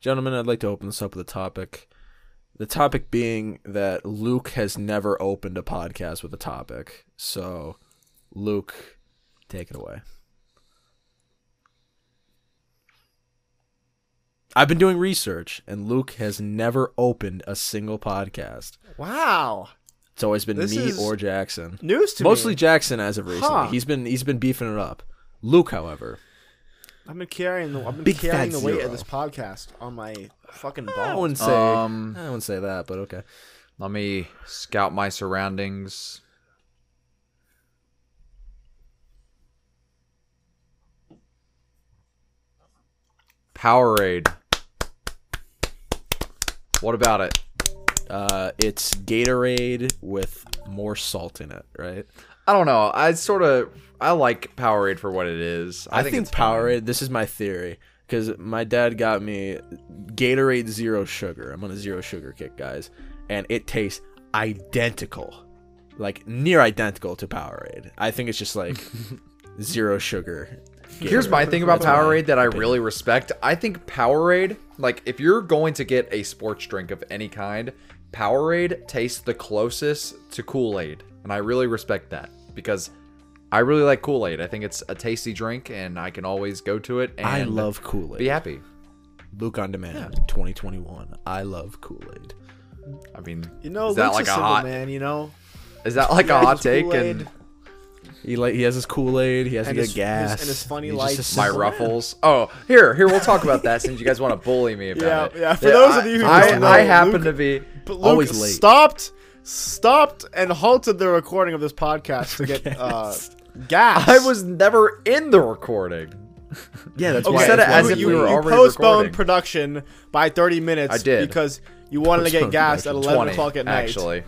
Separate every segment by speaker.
Speaker 1: Gentlemen, I'd like to open this up with a topic. The topic being that Luke has never opened a podcast with a topic. So, Luke, take it away. I've been doing research, and Luke has never opened a single podcast.
Speaker 2: Wow.
Speaker 1: It's always been
Speaker 2: This
Speaker 1: me
Speaker 2: is
Speaker 1: or Jackson.
Speaker 2: News to
Speaker 1: Mostly
Speaker 2: me.
Speaker 1: Jackson as of recently.
Speaker 2: Huh.
Speaker 1: He's been he's been beefing it up. Luke, however,
Speaker 2: I've been carrying the I've been
Speaker 1: Big
Speaker 2: carrying the
Speaker 1: fat
Speaker 2: weight
Speaker 1: zero.
Speaker 2: of this podcast on my fucking
Speaker 1: I
Speaker 2: balls.
Speaker 1: wouldn't say
Speaker 3: Um,
Speaker 1: I wouldn't say that, but okay.
Speaker 3: Let me scout my surroundings. Powerade. What about it?
Speaker 1: Uh, it's Gatorade with more salt in it, right?
Speaker 3: I don't know. I sort of I like Powerade for what it is.
Speaker 1: I, think,
Speaker 3: it's
Speaker 1: Powerade. This is my theory because my dad got me Gatorade Zero Sugar. I'm on a zero sugar kick, guys, and it tastes identical, like near identical to Powerade. I think it's just like zero sugar.
Speaker 3: fine. Here's my thing about
Speaker 1: That's my
Speaker 3: Powerade that I really respect. I think Powerade, like if you're going to get a sports drink of any kind, Powerade tastes the closest to Kool-Aid, and I really respect that because I really like Kool-Aid. I think it's a tasty drink and I can always go to it and
Speaker 1: I love Kool
Speaker 3: be
Speaker 1: Aid.
Speaker 3: happy.
Speaker 1: Luke on Demand, 2021. I love Kool Aid.
Speaker 3: I mean,
Speaker 2: you know,
Speaker 3: is that
Speaker 2: Luke's
Speaker 3: like
Speaker 2: a
Speaker 3: a
Speaker 2: simple
Speaker 3: hot
Speaker 2: man, you know?
Speaker 3: is that like a
Speaker 2: Yeah,
Speaker 3: hot
Speaker 2: his
Speaker 3: take
Speaker 2: Kool-Aid.
Speaker 3: and
Speaker 1: He like he has his Kool Aid. He has
Speaker 2: And
Speaker 1: good
Speaker 2: his- his-
Speaker 1: gas
Speaker 2: and his funny
Speaker 1: He's
Speaker 2: lights.
Speaker 1: just a
Speaker 3: my
Speaker 1: simple man.
Speaker 3: ruffles. Oh, here, here. We'll talk about that since you guys want to bully me about
Speaker 2: Yeah,
Speaker 3: it.
Speaker 2: yeah, for those of you who
Speaker 3: I,
Speaker 2: don't know,
Speaker 3: I, I happen
Speaker 2: Luke-
Speaker 3: to be.
Speaker 2: But Luke
Speaker 1: Always late.
Speaker 2: stopped stopped and halted the recording of this podcast to get uh, gas.
Speaker 3: I was never in the recording.
Speaker 1: Yeah, that's
Speaker 3: Okay.
Speaker 1: why
Speaker 3: You said it
Speaker 1: that's why
Speaker 3: as
Speaker 1: we
Speaker 3: if
Speaker 1: do
Speaker 2: you,
Speaker 3: we were
Speaker 2: you
Speaker 3: already
Speaker 2: postponed
Speaker 3: recording.
Speaker 2: production by 30 minutes
Speaker 3: I did.
Speaker 2: because you wanted to get
Speaker 1: Postponed
Speaker 2: gas at
Speaker 1: production.
Speaker 2: 11
Speaker 3: 20,
Speaker 2: o'clock at night.
Speaker 3: Actually.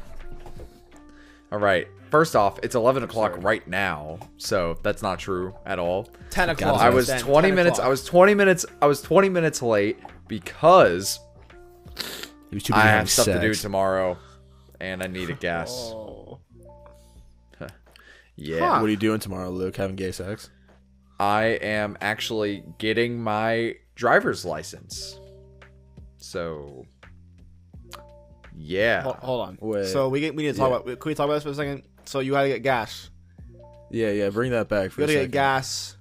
Speaker 3: All right. First off, it's 11 o'clock right now, so that's not true at all.
Speaker 2: 10 o'clock.
Speaker 3: I was
Speaker 2: then,
Speaker 3: 20
Speaker 2: 10
Speaker 3: minutes.
Speaker 2: o'clock.
Speaker 3: I was 20 minutes. I was 20 minutes late because
Speaker 1: He was too busy
Speaker 3: I
Speaker 1: having
Speaker 3: have stuff to do
Speaker 1: sex.
Speaker 3: tomorrow, and I need a gas.
Speaker 2: Oh.
Speaker 3: Yeah.
Speaker 1: What are you doing tomorrow, Luke? Having gay sex?
Speaker 3: I am actually getting my driver's license. So, yeah.
Speaker 2: Hold, hold on.
Speaker 1: Wait.
Speaker 2: So we get, we need to talk
Speaker 1: Yeah.
Speaker 2: about. Can we talk about this for a second? So you gotta get gas.
Speaker 1: Yeah, yeah. Bring that back for
Speaker 2: You
Speaker 1: a
Speaker 2: gotta
Speaker 1: second.
Speaker 2: get gas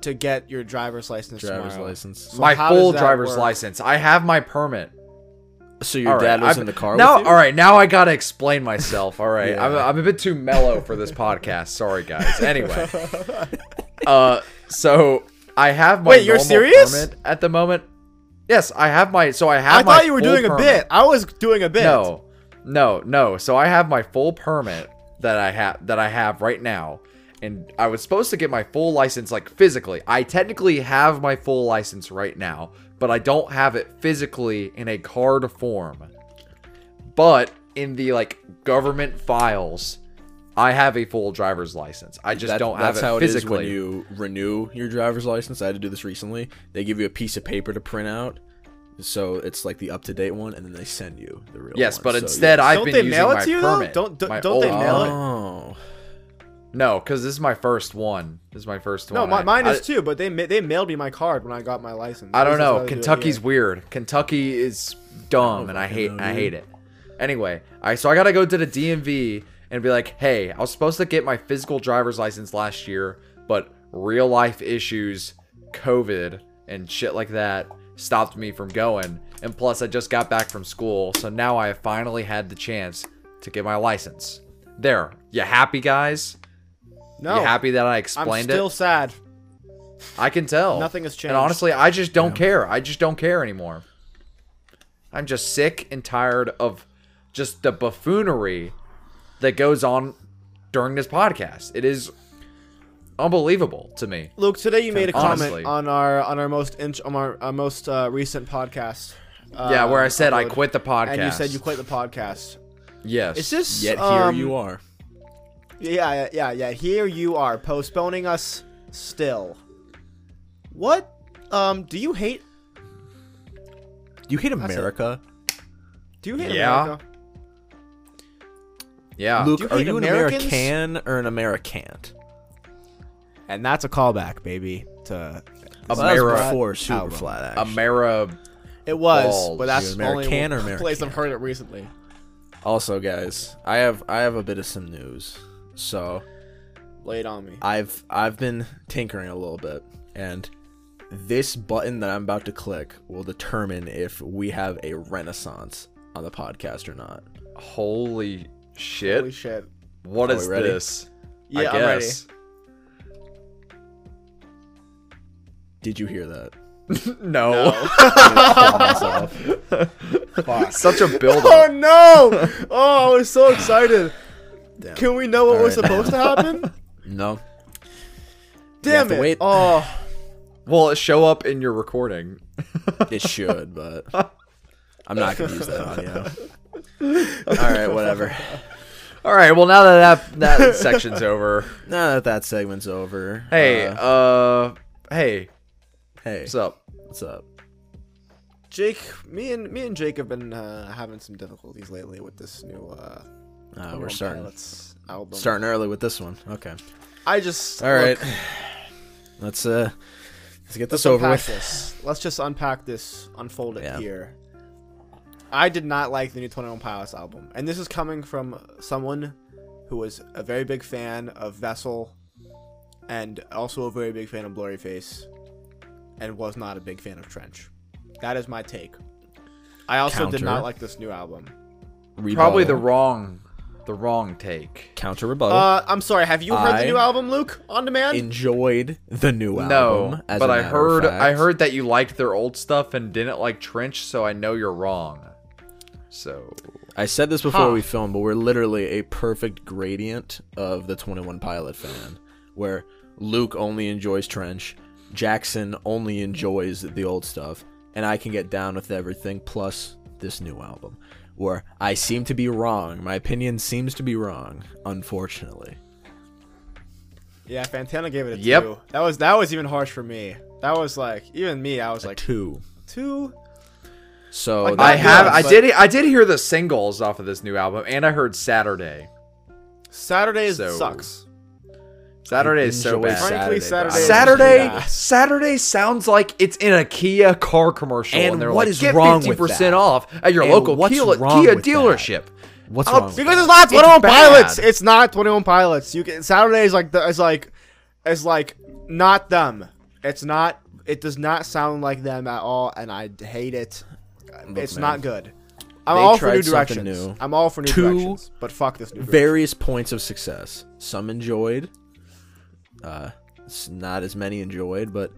Speaker 2: to get your driver's license.
Speaker 1: driver's
Speaker 2: tomorrow.
Speaker 1: license.
Speaker 2: So
Speaker 3: my
Speaker 2: how
Speaker 3: full
Speaker 2: does that
Speaker 3: driver's
Speaker 2: work?
Speaker 3: license. I have my permit.
Speaker 1: So your
Speaker 3: All right,
Speaker 1: dad was
Speaker 3: I've-
Speaker 1: in the car
Speaker 3: Now,
Speaker 1: with you?
Speaker 3: all right, now I gotta explain myself. All right,
Speaker 1: Yeah.
Speaker 3: I'm, I'm a bit too mellow for this podcast. Sorry, guys. Anyway, uh, so I have my
Speaker 2: Wait, you're
Speaker 3: normal
Speaker 2: serious?
Speaker 3: permit at the moment. Yes, I have my. So I have.
Speaker 2: I
Speaker 3: my
Speaker 2: thought you were
Speaker 3: full
Speaker 2: doing a
Speaker 3: permit.
Speaker 2: bit. I was doing a bit.
Speaker 3: No, no, no. So I have my full permit that I have that I have right now, and I was supposed to get my full license like physically. I technically have my full license right now, but I don't have it physically in a card form. But in the like government files, I have a full driver's license. I just
Speaker 1: That-
Speaker 3: don't have
Speaker 1: that's
Speaker 3: it
Speaker 1: how
Speaker 3: physically.
Speaker 1: it is when you renew your driver's license. I had to do this recently. They give you a piece of paper to print out, so it's like the up to date one, and then they send you the real.
Speaker 3: yes,
Speaker 1: one.
Speaker 3: but
Speaker 1: So,
Speaker 3: instead
Speaker 1: yeah.
Speaker 3: I've
Speaker 2: Don't
Speaker 3: been
Speaker 2: they
Speaker 3: using
Speaker 2: mail it
Speaker 3: my
Speaker 2: to you, though?
Speaker 3: permit.
Speaker 2: Don't- don't-
Speaker 3: my
Speaker 2: don't they
Speaker 3: old
Speaker 2: mail it?
Speaker 3: permit.
Speaker 1: Oh,
Speaker 3: No, because this is my first one. This is my first
Speaker 2: No,
Speaker 3: one.
Speaker 2: my,
Speaker 3: I-
Speaker 2: mine is
Speaker 3: I-
Speaker 2: too. But they ma- they mailed me my card when I got my license.
Speaker 3: I don't
Speaker 2: This is how
Speaker 3: know.
Speaker 2: they do it
Speaker 3: Kentucky's
Speaker 2: here.
Speaker 3: weird. Kentucky is dumb,
Speaker 1: I
Speaker 3: and I
Speaker 1: fucking
Speaker 3: hate
Speaker 1: know,
Speaker 3: I
Speaker 1: dude.
Speaker 3: hate it. Anyway, I so I gotta go to the DMV and be like, hey, I was supposed to get my physical driver's license last year, but real life issues, COVID, and shit like that stopped me from going. And plus, I just got back from school, so now I have finally had the chance to get my license. There, you happy guys?
Speaker 2: No,
Speaker 3: You happy that I
Speaker 2: I'm
Speaker 3: explained
Speaker 2: still
Speaker 3: it?
Speaker 2: sad.
Speaker 3: I can tell.
Speaker 2: Nothing has changed.
Speaker 3: And honestly, I just don't care. I just don't care anymore. I'm just sick and tired of just the buffoonery that goes on during this podcast. It is unbelievable to me.
Speaker 2: Luke, today you made a comment
Speaker 3: honestly.
Speaker 2: on our on our most inch on our, our most uh, recent podcast. Uh,
Speaker 3: yeah, where I said I
Speaker 2: upload.
Speaker 3: quit the podcast.
Speaker 2: and you said you quit the podcast.
Speaker 3: Yes.
Speaker 2: Is this
Speaker 1: yet here
Speaker 2: um,
Speaker 1: you are.
Speaker 2: Yeah, yeah, yeah, yeah. Here you are postponing us still. What? Um, do you hate?
Speaker 1: You hate
Speaker 2: it.
Speaker 1: America,
Speaker 2: Do you hate
Speaker 3: Yeah.
Speaker 2: America?
Speaker 3: Yeah.
Speaker 1: Luke?
Speaker 2: Ah, Do you
Speaker 1: are
Speaker 2: hate
Speaker 1: you an
Speaker 2: Americans?
Speaker 1: American or an Americant?
Speaker 2: And that's a callback, baby. To
Speaker 1: Well, that was
Speaker 3: Ameri-
Speaker 1: before
Speaker 2: album.
Speaker 1: Superfly. actually.
Speaker 3: Amera
Speaker 2: It was,
Speaker 3: Balls.
Speaker 2: but
Speaker 1: You
Speaker 2: that's the only
Speaker 1: American or
Speaker 2: place
Speaker 1: American?
Speaker 2: I've heard it recently.
Speaker 1: Also, guys, I have I have a bit of some news. So
Speaker 2: Lay it on me.
Speaker 1: I've I've been tinkering a little bit, and this button that I'm about to click will determine if we have a renaissance on the podcast or not.
Speaker 3: Holy shit.
Speaker 2: Holy shit.
Speaker 3: What
Speaker 1: Are
Speaker 3: is
Speaker 1: we ready?
Speaker 3: this?
Speaker 2: Yeah,
Speaker 3: I
Speaker 2: I'm ready.
Speaker 3: guess.
Speaker 1: Did you hear that?
Speaker 3: No.
Speaker 2: Fuck.
Speaker 3: Such a build
Speaker 2: Oh
Speaker 3: up.
Speaker 2: no! Oh, I was so excited.
Speaker 1: Damn.
Speaker 2: Can we know what was
Speaker 1: All right.
Speaker 2: supposed to happen?
Speaker 1: No. have
Speaker 2: Damn
Speaker 1: to
Speaker 2: it!
Speaker 1: wait.
Speaker 2: Oh,
Speaker 3: Will it show up in your recording?
Speaker 1: It should, but I'm not gonna use that audio. All right, whatever.
Speaker 3: All right. Well, now that that, that section's over,
Speaker 1: Now that that segment's over,
Speaker 3: hey,
Speaker 1: uh,
Speaker 3: uh, hey,
Speaker 1: hey,
Speaker 3: what's up?
Speaker 1: what's up?
Speaker 2: Jake, me and me and Jake have been uh, having some difficulties lately with this new.
Speaker 1: Uh,
Speaker 2: Uh,
Speaker 1: we're
Speaker 2: Hormone
Speaker 1: starting
Speaker 2: Pilots album.
Speaker 1: starting early with this one. Okay.
Speaker 2: I just
Speaker 1: All right.
Speaker 2: look,
Speaker 1: Let's uh, let's get this
Speaker 2: let's
Speaker 1: over with.
Speaker 2: unpack this. Let's just unpack this, unfold it
Speaker 1: Yeah.
Speaker 2: here. I did not like the new Twenty One Pilots album, and this is coming from someone who was a very big fan of Vessel, and also a very big fan of Blurry Face, and was not a big fan of Trench. That is my take. I also did
Speaker 1: Counter.
Speaker 2: not like this new album.
Speaker 3: Probably the
Speaker 1: Rebuttal.
Speaker 3: wrong, the wrong take.
Speaker 1: counter rebuttal.
Speaker 2: Uh, I'm sorry. Have you heard
Speaker 1: Oh. I-
Speaker 2: the new album, Luke? On demand?
Speaker 1: enjoyed the new album.
Speaker 3: No,
Speaker 1: as a
Speaker 3: but I
Speaker 1: matter of
Speaker 3: heard I
Speaker 1: fact.
Speaker 3: heard that you liked their old stuff and didn't like Trench, so I know you're wrong. So
Speaker 1: I said this before
Speaker 2: Huh.
Speaker 1: we filmed, but we're literally a perfect gradient of the Twenty One Pilot fan, where Luke only enjoys Trench, Jackson only enjoys the old stuff, and I can get down with everything plus this new album. Where I seem to be wrong. My opinion seems to be wrong, unfortunately.
Speaker 2: Yeah, Fantana gave it a
Speaker 3: Yep.
Speaker 2: two. That was that was even harsh for me. That was like even me. I was like
Speaker 1: Two.
Speaker 2: two.
Speaker 1: So
Speaker 2: Like,
Speaker 1: that
Speaker 3: I have
Speaker 2: good,
Speaker 3: I
Speaker 2: but-
Speaker 3: did I did hear the singles off of this new album, and I heard Saturday.
Speaker 2: Saturdays
Speaker 3: So-
Speaker 2: sucks.
Speaker 3: Saturday is so
Speaker 1: enjoy
Speaker 3: bad.
Speaker 2: Saturday. Frankly,
Speaker 1: guys.
Speaker 2: Saturday is
Speaker 3: Saturday
Speaker 2: Yeah.
Speaker 3: Saturday sounds like it's in a Kia car commercial, and,
Speaker 1: And
Speaker 3: they're
Speaker 1: what
Speaker 3: like,
Speaker 1: is
Speaker 3: get
Speaker 1: wrong
Speaker 3: fifty
Speaker 1: with
Speaker 3: percent
Speaker 1: that?
Speaker 3: off at your
Speaker 1: And
Speaker 3: local
Speaker 1: what's
Speaker 3: Kia,
Speaker 1: wrong
Speaker 3: Kia
Speaker 1: with that?
Speaker 3: dealship.
Speaker 1: What's
Speaker 3: I'll-
Speaker 1: wrong? with
Speaker 2: Because
Speaker 1: that?
Speaker 2: it's not Twenty One
Speaker 3: bad.
Speaker 2: Pilots. It's not Twenty One Pilots. You can Saturdays like the is like is like not them. It's not. It does not sound like them at all, and I d- hate it. it's
Speaker 1: man.
Speaker 2: not good. I'm
Speaker 1: They
Speaker 2: all for
Speaker 1: tried
Speaker 2: new
Speaker 1: something
Speaker 2: directions.
Speaker 1: new.
Speaker 2: I'm all for new
Speaker 1: Two
Speaker 2: directions, but fuck this new. direction.
Speaker 1: various points of success. Some enjoyed, uh, s- not as many enjoyed, but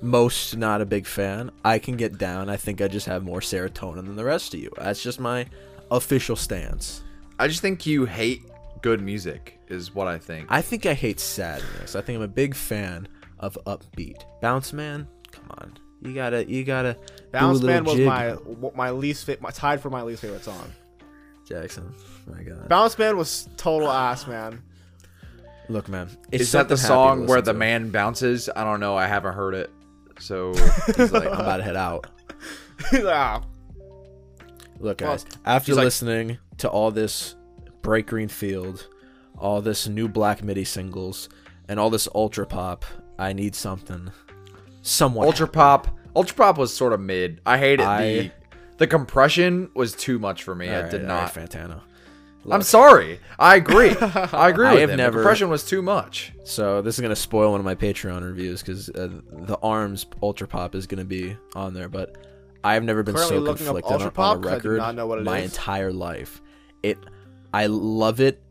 Speaker 1: most not a big fan. I can get down. I think I just have more serotonin than the rest of you. That's just my official stance.
Speaker 3: I just think you hate good music, is what I think.
Speaker 1: I think I hate sadness. I think I'm a big fan of upbeat. Bounce man, come on. You gotta, you gotta. do a
Speaker 2: Bounce
Speaker 1: little
Speaker 2: Man was
Speaker 1: jig.
Speaker 2: my my least fit. My, tied for my least favorite song.
Speaker 1: Jackson. My God.
Speaker 2: Bounce Man was total ass, man.
Speaker 1: Look, man. It's
Speaker 3: is that the
Speaker 1: something happy to
Speaker 3: song where
Speaker 1: listen
Speaker 3: the
Speaker 1: to.
Speaker 3: man bounces? I don't know. I haven't heard it. So he's like,
Speaker 1: I'm about to head out.
Speaker 2: Ah,
Speaker 1: Look,
Speaker 2: Well,
Speaker 1: guys, after
Speaker 3: he's like-
Speaker 1: listening to all this Bright Green Field, all this new Black MIDI singles, and all this Ultra Pop, I need something. Someone.
Speaker 3: Ultra Pop. Ultra Pop was sort of mid. I hated the
Speaker 1: I-
Speaker 3: the compression was too much for me. I did not.
Speaker 1: Fantano.
Speaker 3: I'm sorry. I agree. I agree.
Speaker 1: I
Speaker 3: with
Speaker 1: have
Speaker 3: him.
Speaker 1: never-
Speaker 3: The compression was too much.
Speaker 1: So this is gonna spoil one of my Patreon reviews because uh, the Arms Ultra Pop is gonna be on there, but I've never been
Speaker 2: Currently
Speaker 1: so
Speaker 2: looking up
Speaker 1: conflicted on,
Speaker 2: Ultra
Speaker 1: on
Speaker 2: Pop
Speaker 1: a
Speaker 2: 'cause I do
Speaker 1: record
Speaker 2: not know what it
Speaker 1: my
Speaker 2: is.
Speaker 1: entire life. It, I love it,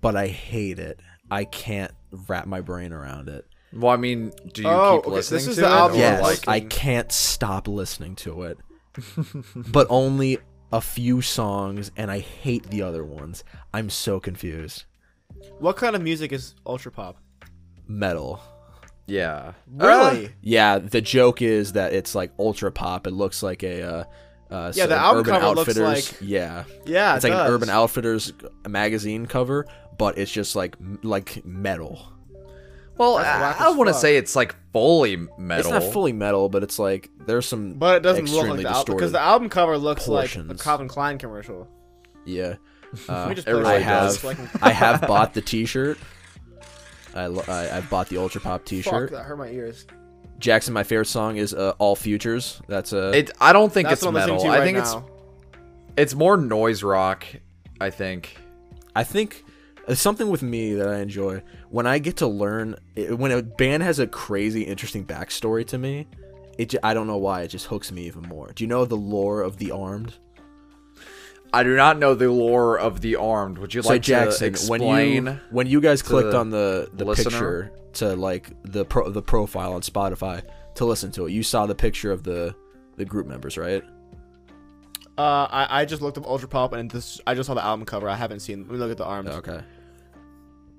Speaker 1: but I hate it. I can't wrap my brain around it.
Speaker 3: Well, I mean, do you
Speaker 2: Oh,
Speaker 3: keep
Speaker 2: okay,
Speaker 3: listening
Speaker 2: this is
Speaker 3: to
Speaker 2: the
Speaker 3: it?
Speaker 2: album
Speaker 3: or,
Speaker 1: Yes,
Speaker 3: like-
Speaker 1: I can't stop listening to it. but only a few songs, and I hate the other ones. I'm so confused.
Speaker 2: what kind of music is ultra pop?
Speaker 1: Metal.
Speaker 3: yeah.
Speaker 1: Uh,
Speaker 3: Uh,
Speaker 2: Really?
Speaker 1: Yeah, the joke is that it's like ultra pop. It looks like a uh, uh,
Speaker 2: Yeah, the
Speaker 1: an
Speaker 2: album
Speaker 1: Urban
Speaker 2: cover looks
Speaker 1: Outfitters.
Speaker 2: like-
Speaker 1: yeah,
Speaker 2: yeah,
Speaker 1: it's
Speaker 2: it
Speaker 1: like
Speaker 2: does.
Speaker 1: an Urban Outfitters magazine cover, but it's just like like metal.
Speaker 3: Well,
Speaker 2: That's whack
Speaker 3: I,
Speaker 2: as
Speaker 3: I want to
Speaker 2: fuck.
Speaker 3: say it's like fully metal.
Speaker 1: It's not fully metal, but it's like there's some
Speaker 2: But it doesn't look like
Speaker 1: extremely
Speaker 2: the album because
Speaker 1: distorted.
Speaker 2: the album cover looks like a
Speaker 1: portions.
Speaker 2: Calvin Klein commercial.
Speaker 1: yeah, uh,
Speaker 2: we just
Speaker 3: it
Speaker 2: play
Speaker 3: really
Speaker 1: I
Speaker 2: some
Speaker 1: have
Speaker 2: music so I can-
Speaker 1: I have bought the T-shirt. I, lo- I I bought the Ultra Pop T-shirt.
Speaker 2: Fuck, that hurt my ears.
Speaker 1: Jackson, my favorite song is uh, "All Futures." That's uh, a
Speaker 3: It. I don't think
Speaker 2: That's
Speaker 3: it's
Speaker 2: what I'm listening
Speaker 3: metal.
Speaker 2: to
Speaker 3: I
Speaker 2: right
Speaker 3: think
Speaker 2: now.
Speaker 3: it's it's more noise rock. I think.
Speaker 1: I think uh, something with me that I enjoy when I get to learn i- when a band has a crazy interesting backstory to me, it ju- I don't know why it just hooks me even more. Do you know the lore of the Armed?
Speaker 3: I do not know the lore of the armed. Would you like to
Speaker 1: Jackson,
Speaker 3: explain?
Speaker 1: when you when you guys clicked
Speaker 3: the
Speaker 1: on the the
Speaker 3: listener?
Speaker 1: picture to like the pro, the profile on Spotify to listen to it, you saw the picture of the the group members, right?
Speaker 2: Uh, I, I just looked up Ultra Pop and this I just saw the album cover. I haven't seen. Let me look at the arms.
Speaker 1: Okay.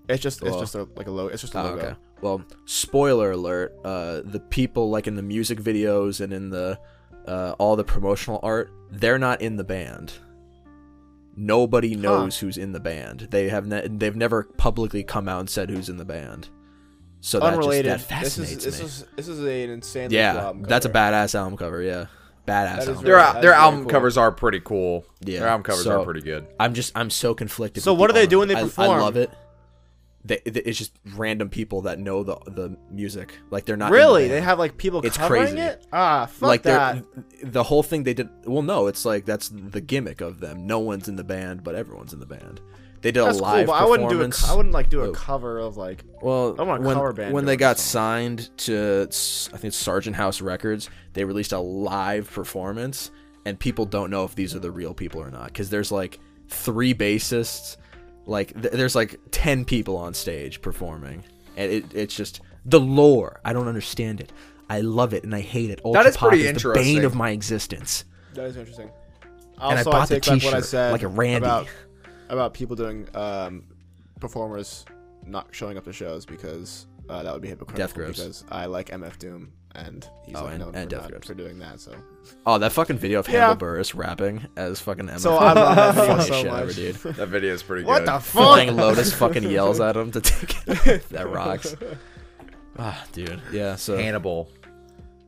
Speaker 2: It's just it's
Speaker 1: Well.
Speaker 2: just a, like a logo. It's just a
Speaker 1: Oh,
Speaker 2: logo.
Speaker 1: okay. Well, spoiler alert: uh, the people like in the music videos and in the uh, all the promotional art, they're not in the band. Nobody knows who's in the band. They have ne- they've never publicly come out and said who's in the band. So that just
Speaker 2: Unrelated.
Speaker 1: that fascinates
Speaker 2: this is this
Speaker 1: me.
Speaker 2: is this is an insanely cool
Speaker 1: yeah,
Speaker 2: album
Speaker 1: that's a
Speaker 2: cover.
Speaker 1: badass album cover. Yeah, badass
Speaker 2: is
Speaker 1: album.
Speaker 2: very-
Speaker 3: their
Speaker 2: That is
Speaker 3: their
Speaker 2: very
Speaker 3: album
Speaker 2: cool.
Speaker 3: covers are pretty cool.
Speaker 1: Yeah,
Speaker 3: their album covers
Speaker 1: so-
Speaker 3: are pretty good.
Speaker 1: I'm just I'm so conflicted.
Speaker 2: So
Speaker 1: with
Speaker 2: what
Speaker 1: the
Speaker 2: do they do
Speaker 1: Armed.
Speaker 2: when they
Speaker 1: I- I,
Speaker 2: perform?
Speaker 1: love it. They, they- it's just random people that know the the music. Like they're not in the
Speaker 2: Really,
Speaker 1: band.
Speaker 2: they have like people
Speaker 1: It's
Speaker 2: covering
Speaker 1: crazy.
Speaker 2: it. Ah, fuck
Speaker 1: like
Speaker 2: that.
Speaker 1: they're the whole thing they did. Well, no, it's like that's the gimmick of them. No one's in the band, but everyone's in the band. They did
Speaker 2: That's
Speaker 1: a
Speaker 2: cool,
Speaker 1: live
Speaker 2: but I wouldn't do a.
Speaker 1: performance.
Speaker 2: co- I wouldn't like do a
Speaker 1: Oh.
Speaker 2: cover of like.
Speaker 1: well,
Speaker 2: I want a
Speaker 1: when,
Speaker 2: cover band
Speaker 1: when
Speaker 2: doing
Speaker 1: they got
Speaker 2: this
Speaker 1: signed to, S- I think Sergeant House Records, they released a live performance, and people don't know if these are the real people or not because there's like three bassists, like th- there's like ten people on stage performing, and it, it's just the lore. I don't understand it. I love it and I hate it. Ultra
Speaker 3: is
Speaker 1: pop
Speaker 3: pretty
Speaker 1: is the bane of
Speaker 3: interesting.
Speaker 1: my existence.
Speaker 2: That is interesting.
Speaker 1: I
Speaker 2: Also, I,
Speaker 1: bought the
Speaker 2: take back what I
Speaker 1: t-shirt,
Speaker 2: said
Speaker 1: like a Randy.
Speaker 2: about about people doing um, performers not showing up to shows because uh, that would be hypocritical.
Speaker 1: Death grips.
Speaker 2: Because I like MF Doom and he's
Speaker 1: Oh,
Speaker 2: like
Speaker 1: and-
Speaker 2: known
Speaker 1: and
Speaker 2: for,
Speaker 1: Death
Speaker 2: not-
Speaker 1: grips.
Speaker 2: for doing that. So
Speaker 1: Oh, that fucking video of
Speaker 2: Yeah.
Speaker 1: Hannibal Burris rapping as fucking MF.
Speaker 2: so I love that video
Speaker 1: Funniest
Speaker 2: so
Speaker 1: shit
Speaker 2: much.
Speaker 1: ever, dude.
Speaker 3: That video is pretty
Speaker 2: What
Speaker 3: good.
Speaker 2: the fuck?
Speaker 1: Flying Lotus fucking yells at him to take it. that rocks. Ah, dude. Yeah. So
Speaker 3: Hannibal.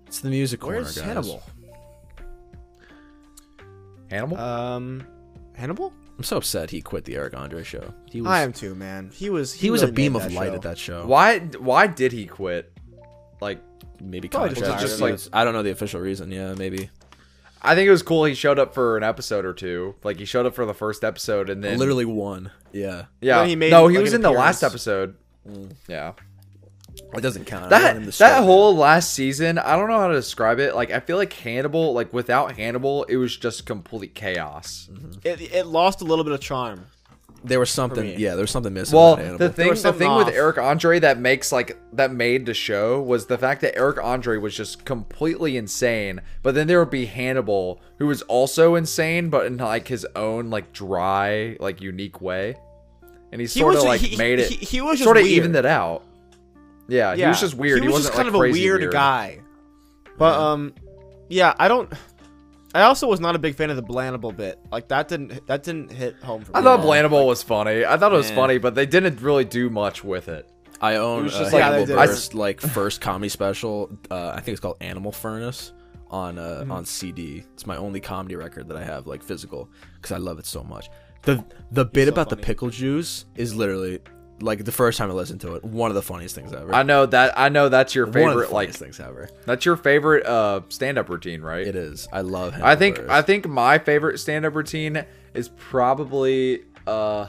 Speaker 1: it's the music corner,
Speaker 2: Where's
Speaker 1: guys.
Speaker 2: Hannibal?
Speaker 3: Hannibal.
Speaker 2: Um, Hannibal?
Speaker 1: I'm so upset he quit the Eric Andre show. He was
Speaker 2: I am too, man. He was.
Speaker 1: he was
Speaker 2: really
Speaker 1: a beam
Speaker 2: made
Speaker 1: of
Speaker 2: that
Speaker 1: light
Speaker 2: show.
Speaker 1: at that show.
Speaker 3: why? Why did he quit? Like,
Speaker 1: Maybe
Speaker 2: Probably just
Speaker 1: contract.
Speaker 3: tired of
Speaker 1: issues. I don't know the official reason. Yeah, maybe
Speaker 3: I think it was cool. He showed up for an episode or two. Like, he showed up for the first episode, and then
Speaker 1: literally one. Yeah,
Speaker 3: yeah.
Speaker 2: Then he made,
Speaker 3: no, he
Speaker 2: like,
Speaker 3: was
Speaker 2: an
Speaker 3: in the last
Speaker 2: appearance. Mm.
Speaker 3: episode. Yeah.
Speaker 1: it doesn't count. I want him
Speaker 3: That
Speaker 1: to
Speaker 3: that
Speaker 1: start.
Speaker 3: whole last season, I don't know how to describe it. Like, I feel like Hannibal. Like, without Hannibal, it was just complete chaos.
Speaker 2: It, it lost a little bit of charm.
Speaker 1: there was something.
Speaker 2: me.
Speaker 1: Yeah, there was something missing.
Speaker 3: Well,
Speaker 1: with Hannibal.
Speaker 3: the thing,
Speaker 2: was
Speaker 3: the
Speaker 2: something
Speaker 3: thing
Speaker 2: off.
Speaker 3: with Eric Andre that makes like that made the show was the fact that Eric Andre was just completely insane, but then there would be Hannibal who was also insane, but in like his own like dry, like unique way, and he sort of
Speaker 2: was-
Speaker 3: like
Speaker 2: he-
Speaker 3: made it.
Speaker 2: he- he was just
Speaker 3: sort of
Speaker 2: weird.
Speaker 3: evened it out. Yeah, he was just weird. He,
Speaker 2: was
Speaker 3: wasn't
Speaker 2: just kind
Speaker 3: like,
Speaker 2: of a
Speaker 3: crazy
Speaker 2: weird, guy. But um, yeah, I don't. I also was not a big fan of the Blanable bit. Like that didn't that didn't hit home for me.
Speaker 3: I thought Blandable was funny. I thought it was
Speaker 1: Yeah.
Speaker 3: funny, but they didn't really do much with it.
Speaker 1: I own
Speaker 3: was
Speaker 1: uh,
Speaker 3: just
Speaker 2: like-
Speaker 1: Hannibal
Speaker 2: Yeah, they did.
Speaker 1: Buress, like first comedy special. Uh, I think it's called Animal Furnace on uh, on CD. It's my only comedy record that I have like physical because I love it so much. The the bit about the pickle juice is literally like the first time I listened to it, one of the funniest things ever.
Speaker 3: I know that. I know that's
Speaker 1: one
Speaker 3: your
Speaker 1: of the
Speaker 3: favorite. Like
Speaker 1: funniest things ever.
Speaker 3: that's your favorite uh stand-up routine, right?
Speaker 1: It is. I love. Hannibal
Speaker 3: I think
Speaker 1: Buress.
Speaker 3: I think my favorite stand-up routine is probably uh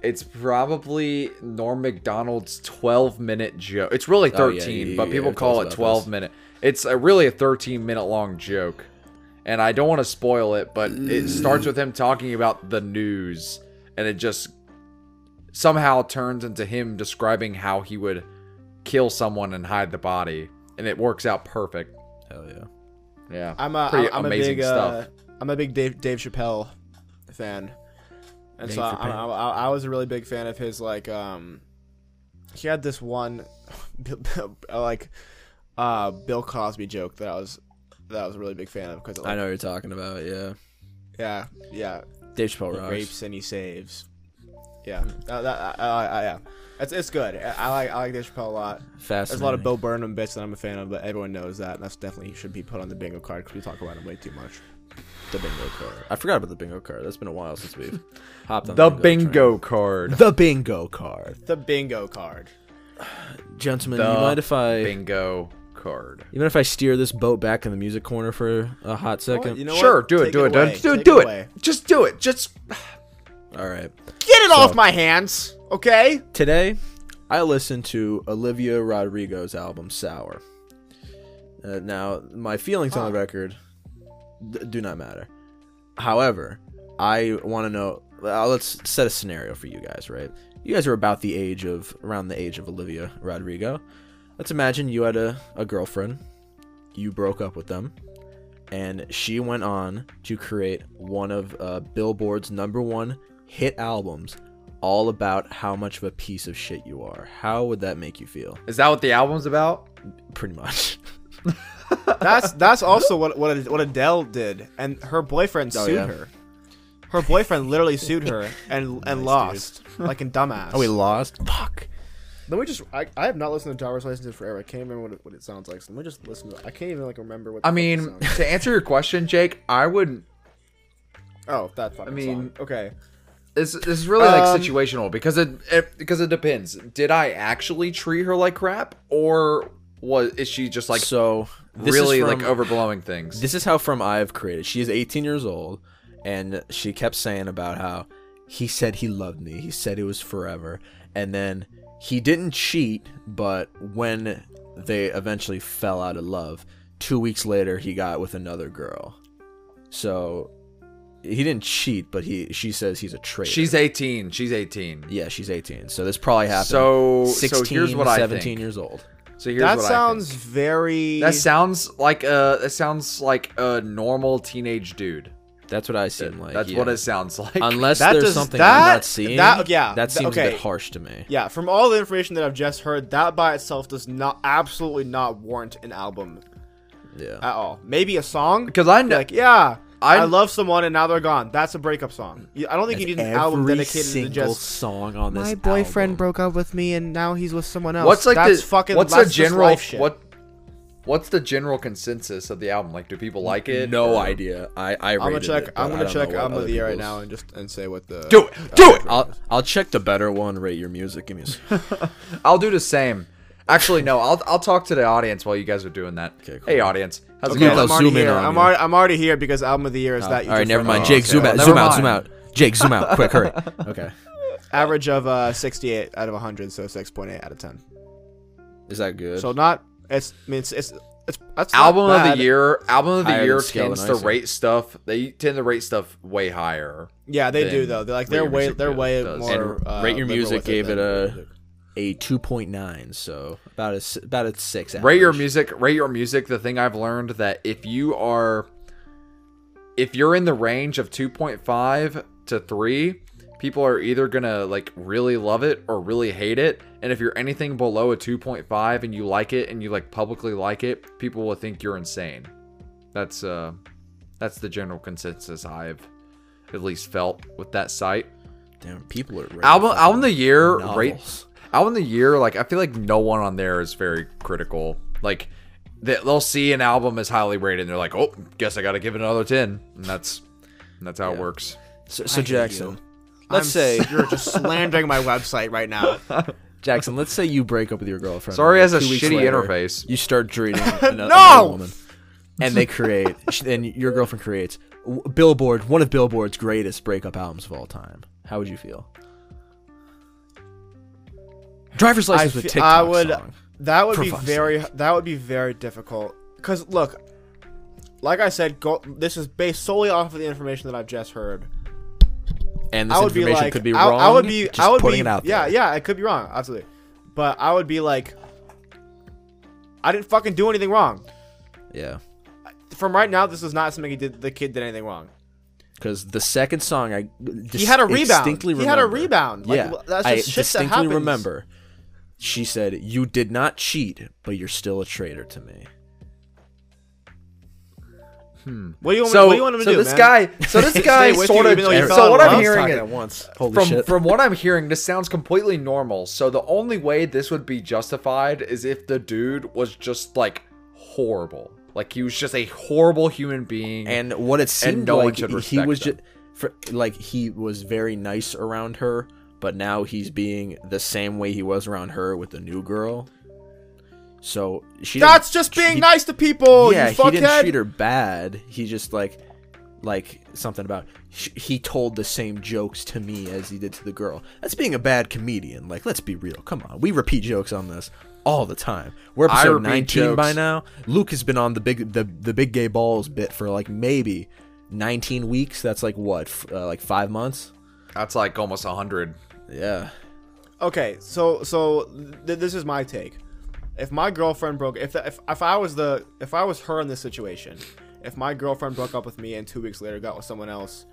Speaker 3: it's probably Norm McDonald's 12 minute joke. It's really
Speaker 1: Oh, yeah,
Speaker 3: 13,
Speaker 1: you-
Speaker 3: but
Speaker 1: you
Speaker 3: people
Speaker 1: told
Speaker 3: call
Speaker 1: us
Speaker 3: it
Speaker 1: about
Speaker 3: 12
Speaker 1: this.
Speaker 3: minute. It's a, really a 13 minute long joke. And I don't want to spoil it, but it starts with him talking about the news and it just somehow turns into him describing how he would kill someone and hide the body and it works out perfect.
Speaker 1: Hell yeah.
Speaker 3: Yeah.
Speaker 2: I'm a,
Speaker 3: Pretty
Speaker 2: I'm a
Speaker 3: amazing
Speaker 2: big Uh,
Speaker 3: stuff.
Speaker 2: I'm a big Dave Dave Chappelle fan, and so
Speaker 1: Dave
Speaker 2: I, I,
Speaker 1: Chappelle.
Speaker 2: I, I was a really big fan of his. Like um, he had this one like uh Bill Cosby joke that I was that I was a really big fan of because
Speaker 1: I
Speaker 2: like,
Speaker 1: know what you're talking about. Yeah.
Speaker 2: yeah yeah
Speaker 1: Dave Chappelle
Speaker 2: he
Speaker 1: rocks.
Speaker 2: rapes and he saves. Yeah, Uh, that- I- I- I- yeah, it's it's good. I, I like I like Dave Chappelle a lot.
Speaker 1: Fast.
Speaker 2: There's a lot of Bo Burnham bits that I'm a fan of, but everyone knows that, and that's definitely should be put on the bingo card because we talk about him way too much.
Speaker 1: The bingo card. I forgot about the bingo card. That's been a while since we've hopped on
Speaker 3: The
Speaker 1: train.
Speaker 3: bingo card.
Speaker 1: The bingo card.
Speaker 2: The bingo card.
Speaker 1: Gentlemen,
Speaker 3: The
Speaker 1: you mind if I
Speaker 3: Bingo card.
Speaker 1: Even if I steer this boat back in the music corner for a hot second.
Speaker 2: You know
Speaker 3: sure,
Speaker 2: what?
Speaker 3: do it,
Speaker 2: Take
Speaker 3: do it,
Speaker 2: away.
Speaker 3: do it, do
Speaker 2: Take
Speaker 3: it, do
Speaker 2: away.
Speaker 3: it. Just do it. Just
Speaker 1: All right.
Speaker 2: Get it off my hands, okay?
Speaker 1: Today, I listened to Olivia Rodrigo's album Sour. Uh, now, my feelings on the record d- do not matter. However, I want to know. Uh, let's set a scenario for you guys, right? You guys are about the age of around the age of Olivia Rodrigo. Let's imagine you had a, a girlfriend, you broke up with them, and she went on to create one of uh, Billboard's number one hit albums, all about how much of a piece of shit you are. How would that make you feel?
Speaker 3: is that what the album's about?
Speaker 1: Pretty much.
Speaker 2: That's that's also what what Ad- what Adele did, and her boyfriend
Speaker 1: Oh,
Speaker 2: sued
Speaker 1: yeah.
Speaker 2: her. Her boyfriend literally sued her and and lost, like in dumbass.
Speaker 1: Oh, we lost. Fuck.
Speaker 2: Let me just. I, I have not listened to Driver's License in forever. I can't remember what it, what it sounds like. So let me just listen to it. I can't even like remember what.
Speaker 3: I
Speaker 2: the fuck it
Speaker 3: mean,
Speaker 2: sounds like.
Speaker 3: to answer your question, Jake, I would.
Speaker 2: oh, that fucking.
Speaker 3: I mean-
Speaker 2: song. okay.
Speaker 3: This, this is really like
Speaker 2: Um,
Speaker 3: situational because it, it because it depends. Did I actually treat her like crap, or was is she just like
Speaker 1: so this is
Speaker 3: really
Speaker 1: from-
Speaker 3: like overblowing things?
Speaker 1: This is how From I've created. She is 18 years old, and she kept saying about how he said he loved me. He said it was forever, and then he didn't cheat. But when they eventually fell out of love, two weeks later he got with another girl. So he didn't cheat, but he she says he's a traitor.
Speaker 3: she's eighteen. She's eighteen.
Speaker 1: yeah, she's 18. So this probably happened.
Speaker 3: So
Speaker 1: 16,
Speaker 3: so here's what I
Speaker 1: 17
Speaker 3: think.
Speaker 1: years old.
Speaker 3: So here's
Speaker 2: that
Speaker 3: what
Speaker 2: sounds
Speaker 3: I think.
Speaker 2: very.
Speaker 3: That sounds like a that sounds like a normal teenage dude.
Speaker 1: That's what I seem like.
Speaker 3: That's
Speaker 1: yeah.
Speaker 3: what it sounds like.
Speaker 1: Unless
Speaker 2: That
Speaker 1: there's
Speaker 2: does-
Speaker 1: something I'm
Speaker 2: that-
Speaker 1: not seeing,
Speaker 2: that- yeah,
Speaker 1: that
Speaker 2: th-
Speaker 1: seems a
Speaker 2: okay.
Speaker 1: bit harsh to me.
Speaker 2: Yeah, from all the information that I've just heard, that by itself does not absolutely not warrant an album
Speaker 1: Yeah.
Speaker 2: at all. Maybe a song.
Speaker 3: because I know
Speaker 2: like, yeah, i
Speaker 3: I'm-
Speaker 2: love someone and now they're gone. That's a breakup song. You- I don't think you need an album dedicated to just.
Speaker 1: song on this.
Speaker 2: broke up with me and now he's with someone else.
Speaker 3: what's like
Speaker 2: that's
Speaker 3: the
Speaker 2: fucking
Speaker 3: what's the
Speaker 2: that's just
Speaker 3: general
Speaker 2: life shit.
Speaker 3: what what's the general consensus of the album? Like, do people like it?
Speaker 1: No
Speaker 3: or-
Speaker 1: idea. I I
Speaker 2: I'm gonna
Speaker 1: rated
Speaker 2: check.
Speaker 1: It, but
Speaker 2: I'm
Speaker 1: I
Speaker 2: gonna
Speaker 1: don't
Speaker 2: check
Speaker 1: know what other
Speaker 2: Amalia right
Speaker 1: people's-
Speaker 2: now and just and say what the
Speaker 3: Do it. Do it.
Speaker 1: I'll I'll check the better one. Rate your music. Give me. A, s-
Speaker 3: I'll do the same. Actually, no. I'll I'll talk to the audience while you guys are doing that.
Speaker 1: Okay, cool.
Speaker 3: Hey, audience. How's
Speaker 2: Okay,
Speaker 3: it
Speaker 1: I'll
Speaker 2: I'm
Speaker 3: going?
Speaker 2: already
Speaker 1: zoom in
Speaker 2: here.
Speaker 1: on
Speaker 2: I'm
Speaker 1: you. Oh,
Speaker 2: already, I'm already here because album of the year is that. you
Speaker 1: all right,
Speaker 2: just
Speaker 1: never
Speaker 2: read
Speaker 1: mind.
Speaker 2: off.
Speaker 1: Jake,
Speaker 3: okay.
Speaker 1: zoom
Speaker 3: Well,
Speaker 1: out.
Speaker 3: never
Speaker 1: Zoom out. Zoom out.
Speaker 3: mind.
Speaker 1: Jake, zoom out. Quick, hurry. Okay.
Speaker 2: Average of uh 68 out of 100, so 6.8 out of 10.
Speaker 1: Is that good?
Speaker 2: So not. It's. I mean, it's. It's. it's that's not
Speaker 3: Album of the
Speaker 2: bad.
Speaker 3: year. Album of the
Speaker 1: Higher
Speaker 3: year
Speaker 1: than Scale
Speaker 3: tends
Speaker 1: and
Speaker 3: to
Speaker 1: Icy.
Speaker 3: rate stuff. They tend to rate stuff way higher.
Speaker 2: Yeah, they do
Speaker 3: than
Speaker 2: though. They're like
Speaker 3: Rate
Speaker 2: they're
Speaker 3: Your
Speaker 2: way.
Speaker 3: Music
Speaker 2: They're
Speaker 3: does-
Speaker 2: way
Speaker 3: does.
Speaker 2: more. uh,
Speaker 1: Rate Your
Speaker 2: liberal
Speaker 1: Music
Speaker 2: with it
Speaker 1: gave
Speaker 2: than
Speaker 1: it a-
Speaker 2: Music.
Speaker 1: a 2.9. So about a s- about a six.
Speaker 3: Rate your
Speaker 1: average.
Speaker 3: music. Rate your music. The thing I've learned that if you are, if you're in the range of two point five to three, people are either gonna like really love it or really hate it. And if you're anything below a two point five and you like it and you like publicly like it, people will think you're insane. That's uh, that's the general consensus I've at least felt with that site.
Speaker 1: Damn, people are rating
Speaker 3: Album
Speaker 1: fucking
Speaker 3: album of the year rate
Speaker 1: novels.
Speaker 3: album of the year like i feel like no one on there is very critical like they, they'll see an album as highly rated and they're like oh guess i gotta give it another 10 and that's and that's how it works
Speaker 1: So, so
Speaker 2: hate
Speaker 1: Jackson,
Speaker 2: you.
Speaker 1: let's
Speaker 2: I'm-
Speaker 1: say
Speaker 2: you're just slandering my website right now.
Speaker 1: Jackson, let's say you break up with your girlfriend.
Speaker 3: Sorry,
Speaker 1: and
Speaker 3: has a
Speaker 1: two weeks
Speaker 3: shitty
Speaker 1: later,
Speaker 3: interface.
Speaker 1: You start dating another,
Speaker 2: No!
Speaker 1: woman, and they create, and your girlfriend creates w- Billboard, one of Billboard's greatest breakup albums of all time. How would you feel? Driver's
Speaker 2: I
Speaker 1: license with
Speaker 2: fe-
Speaker 1: TikTok
Speaker 2: I would.
Speaker 1: song.
Speaker 2: That would
Speaker 1: For
Speaker 2: be
Speaker 1: fuck's
Speaker 2: very. That would be very difficult. Cause look, like I said, go, this is based solely off of the information that I've just heard.
Speaker 1: and this
Speaker 2: I would be
Speaker 1: information
Speaker 2: like,
Speaker 1: could be
Speaker 2: I,
Speaker 1: wrong.
Speaker 2: I would be.
Speaker 1: just
Speaker 2: I would
Speaker 1: putting
Speaker 2: be.
Speaker 1: it out
Speaker 2: yeah,
Speaker 1: there.
Speaker 2: yeah, I could be wrong, absolutely. But I would be like, I didn't fucking do anything wrong.
Speaker 1: yeah.
Speaker 2: From right now, this is not something he did. The kid did anything wrong.
Speaker 1: Because the second song, I
Speaker 2: He had a
Speaker 1: dis-
Speaker 2: rebound.
Speaker 1: distinctly
Speaker 2: He had a
Speaker 1: remember.
Speaker 2: rebound. Like,
Speaker 1: yeah,
Speaker 2: well, that's
Speaker 1: I
Speaker 2: just shit that
Speaker 1: distinctly
Speaker 2: happens.
Speaker 1: remember. She said, "You did not cheat, but you're still a traitor to me."
Speaker 2: What do you want? me,
Speaker 3: so
Speaker 2: what do you want him to
Speaker 3: so
Speaker 2: do,
Speaker 3: this
Speaker 2: man?
Speaker 3: guy so this
Speaker 2: Stay
Speaker 3: guy
Speaker 2: with you
Speaker 3: sort of
Speaker 2: even though Oh, you fell
Speaker 3: so
Speaker 2: in
Speaker 3: what
Speaker 2: love?
Speaker 3: i'm
Speaker 2: Let's
Speaker 3: hearing
Speaker 1: Talking
Speaker 3: is-
Speaker 1: at once. Holy
Speaker 3: from
Speaker 1: shit!
Speaker 3: from what I'm hearing, this sounds completely normal. So the only way this would be justified is if the dude was just like horrible, like he was just a horrible human being.
Speaker 1: and what it seemed
Speaker 3: no one
Speaker 1: like
Speaker 3: should
Speaker 1: he
Speaker 3: respect
Speaker 1: was
Speaker 3: them.
Speaker 1: just for, like he was very nice around her, but now he's being the same way he was around her with the new girl. So she didn't-
Speaker 2: That's just being
Speaker 1: he-
Speaker 2: nice to
Speaker 3: Oh,
Speaker 2: people.
Speaker 1: yeah,
Speaker 2: you
Speaker 1: he
Speaker 2: fuckhead.
Speaker 1: didn't treat her bad. He just like, like something about sh- he told the same jokes to me as he did to the girl. That's being a bad comedian. Like, let's be real. Come on, we repeat jokes on this all the time. We're
Speaker 3: I
Speaker 1: episode
Speaker 3: repeat
Speaker 1: nineteen by
Speaker 3: jokes.
Speaker 1: now. Luke has been on the big the the big gay balls bit for like maybe nineteen weeks. That's like what, f- uh, like five months?
Speaker 3: That's like almost a hundred.
Speaker 1: Yeah.
Speaker 2: Okay, so so th- this is my take. If my girlfriend broke, if, if if I was the if I was her in this situation, if my girlfriend broke up with me and two weeks later got with someone else,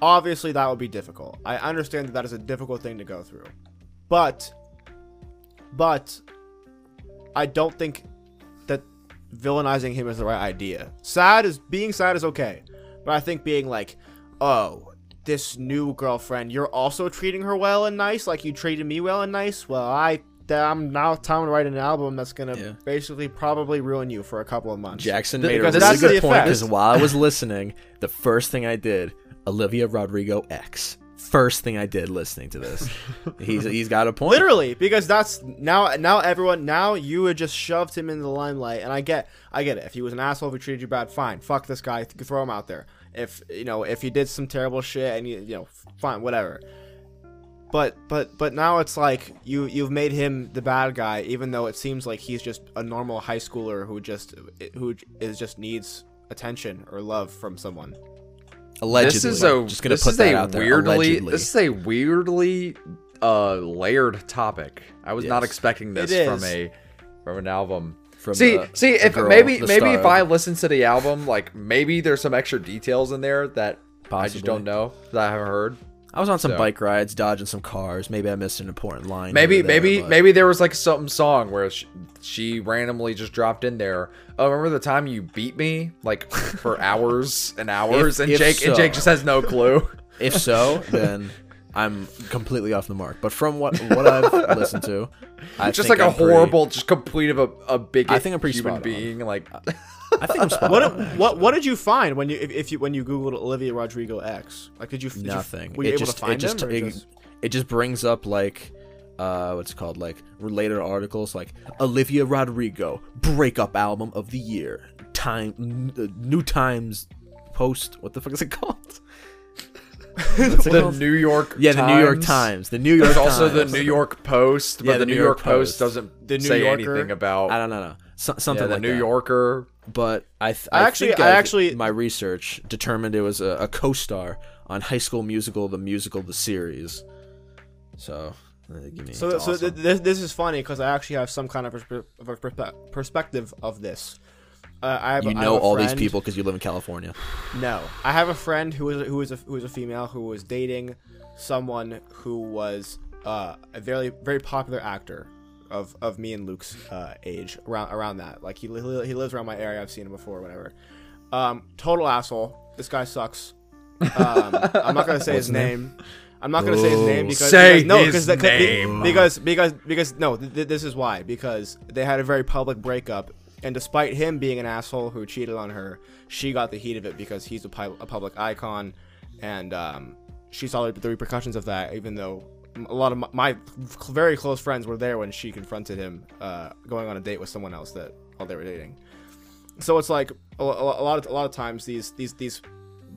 Speaker 2: obviously that would be difficult. I understand that that is a difficult thing to go through, but but I don't think that villainizing him is the right idea. Sad is being sad is okay, but I think being like, oh, this new girlfriend, you're also treating her well and nice, like you treated me well and nice. Well, I th- I'm now time to write an album that's gonna
Speaker 1: Yeah.
Speaker 2: basically probably ruin you for a couple of months.
Speaker 1: Jackson
Speaker 3: Th-
Speaker 1: made a
Speaker 3: because
Speaker 1: really
Speaker 2: that's
Speaker 1: good
Speaker 2: the
Speaker 1: point
Speaker 2: effect.
Speaker 1: because while I was listening, the first thing I did, Olivia Rodrigo X. First thing I did listening to this, he's he's got a point.
Speaker 2: Literally, because that's now now everyone now you had just shoved him into the limelight, and I get I get it. If he was an asshole, if he treated you bad, fine, fuck this guy, th- throw him out there. If you know if he did some terrible shit, and you you know fine, whatever. But but but now it's like you you've made him the bad guy, even though it seems like he's just a normal high schooler who just who is just needs attention or love from someone.
Speaker 1: Allegedly,
Speaker 3: this is a
Speaker 1: just gonna
Speaker 3: this
Speaker 1: put
Speaker 3: is
Speaker 1: that
Speaker 3: a
Speaker 1: out there.
Speaker 3: weirdly
Speaker 1: allegedly.
Speaker 3: this is a weirdly uh layered topic. I was not
Speaker 1: Yes.
Speaker 3: expecting this
Speaker 2: It
Speaker 3: from
Speaker 2: is.
Speaker 3: a from an album.
Speaker 1: From
Speaker 3: see,
Speaker 1: the-
Speaker 3: see
Speaker 1: the
Speaker 3: if
Speaker 1: girl,
Speaker 3: maybe
Speaker 1: the
Speaker 3: maybe if
Speaker 1: star.
Speaker 3: I listen to the album, like maybe there's some extra details in there that I just
Speaker 1: Possibly.
Speaker 3: don't know that I haven't heard.
Speaker 1: I was on some
Speaker 3: So.
Speaker 1: bike rides, dodging some cars. Maybe I missed an important line.
Speaker 3: Maybe
Speaker 1: here or there,
Speaker 3: maybe
Speaker 1: but-
Speaker 3: maybe there was like some song where she, she randomly just dropped in there. Oh, remember the time you beat me like for hours and hours, and
Speaker 1: if
Speaker 3: Jake and Jake
Speaker 1: so.
Speaker 3: just has no clue.
Speaker 1: If so, then I'm completely off the mark. But from what what I've listened to, I
Speaker 3: just
Speaker 1: think
Speaker 3: like a
Speaker 1: I'm pretty-
Speaker 3: horrible, just complete of a, a big
Speaker 1: I think I'm pretty
Speaker 3: human
Speaker 1: spot on. Uh,
Speaker 3: being. Like
Speaker 1: I think I'm spot
Speaker 2: What,
Speaker 1: on,
Speaker 2: what what did you find when you if, if you when you googled Olivia Rodrigo X? Like did you did you-
Speaker 1: nothing.
Speaker 2: were you
Speaker 1: it
Speaker 2: able
Speaker 1: just
Speaker 2: to find
Speaker 1: it just,
Speaker 2: him, or
Speaker 1: it,
Speaker 2: just-
Speaker 1: it just brings up like uh what's it called like related articles like Olivia Rodrigo breakup album of the year time n- uh, new times post what the fuck is it called? What's it
Speaker 3: the
Speaker 1: called?
Speaker 3: New York.
Speaker 1: yeah, the New York
Speaker 3: Times.
Speaker 1: Times. The New York
Speaker 3: There's also the
Speaker 1: Times.
Speaker 3: New York Post, but
Speaker 1: Yeah,
Speaker 3: the, New, York, Post doesn't
Speaker 2: The New
Speaker 3: say
Speaker 2: Yorker.
Speaker 3: anything about
Speaker 1: I don't know, no. So,
Speaker 3: yeah,
Speaker 1: something
Speaker 3: the
Speaker 1: like
Speaker 3: New
Speaker 1: that.
Speaker 3: Yorker.
Speaker 1: But I, th-
Speaker 2: I actually-
Speaker 1: think
Speaker 2: I
Speaker 1: I've-
Speaker 2: actually-
Speaker 1: my research determined it was a, a co-star on High School Musical, the musical, the series. So, uh, give me
Speaker 2: So, so th- this, this is funny because I actually have some kind of, perspe- of a perspe- perspective of this. Uh, I have,
Speaker 1: you
Speaker 2: I have
Speaker 1: know
Speaker 2: a
Speaker 1: all these
Speaker 2: friend-
Speaker 1: people because you live in California.
Speaker 2: No, I have a friend who was who was a, who was a female who was dating someone who was uh, a very very popular actor of, of me and Luke's uh, age around around that. Like he li- li- he lives around my area. I've seen him before. Whatever. Um, total asshole. This guy sucks. Um, I'm not gonna say his name. I'm not gonna say his name
Speaker 1: Ooh.
Speaker 2: because
Speaker 3: Say
Speaker 2: because- no,
Speaker 3: his
Speaker 2: because that- 'cause be-
Speaker 3: name.
Speaker 2: because because because no, th- th- this is why because they had a very public breakup, and despite him being an asshole who cheated on her, she got the heat of it because he's a, pi- a public icon, and um, she saw the repercussions of that. Even though a lot of my, my very close friends were there when she confronted him uh, going on a date with someone else that while they were dating so it's like a, a, a lot of a lot of times these these these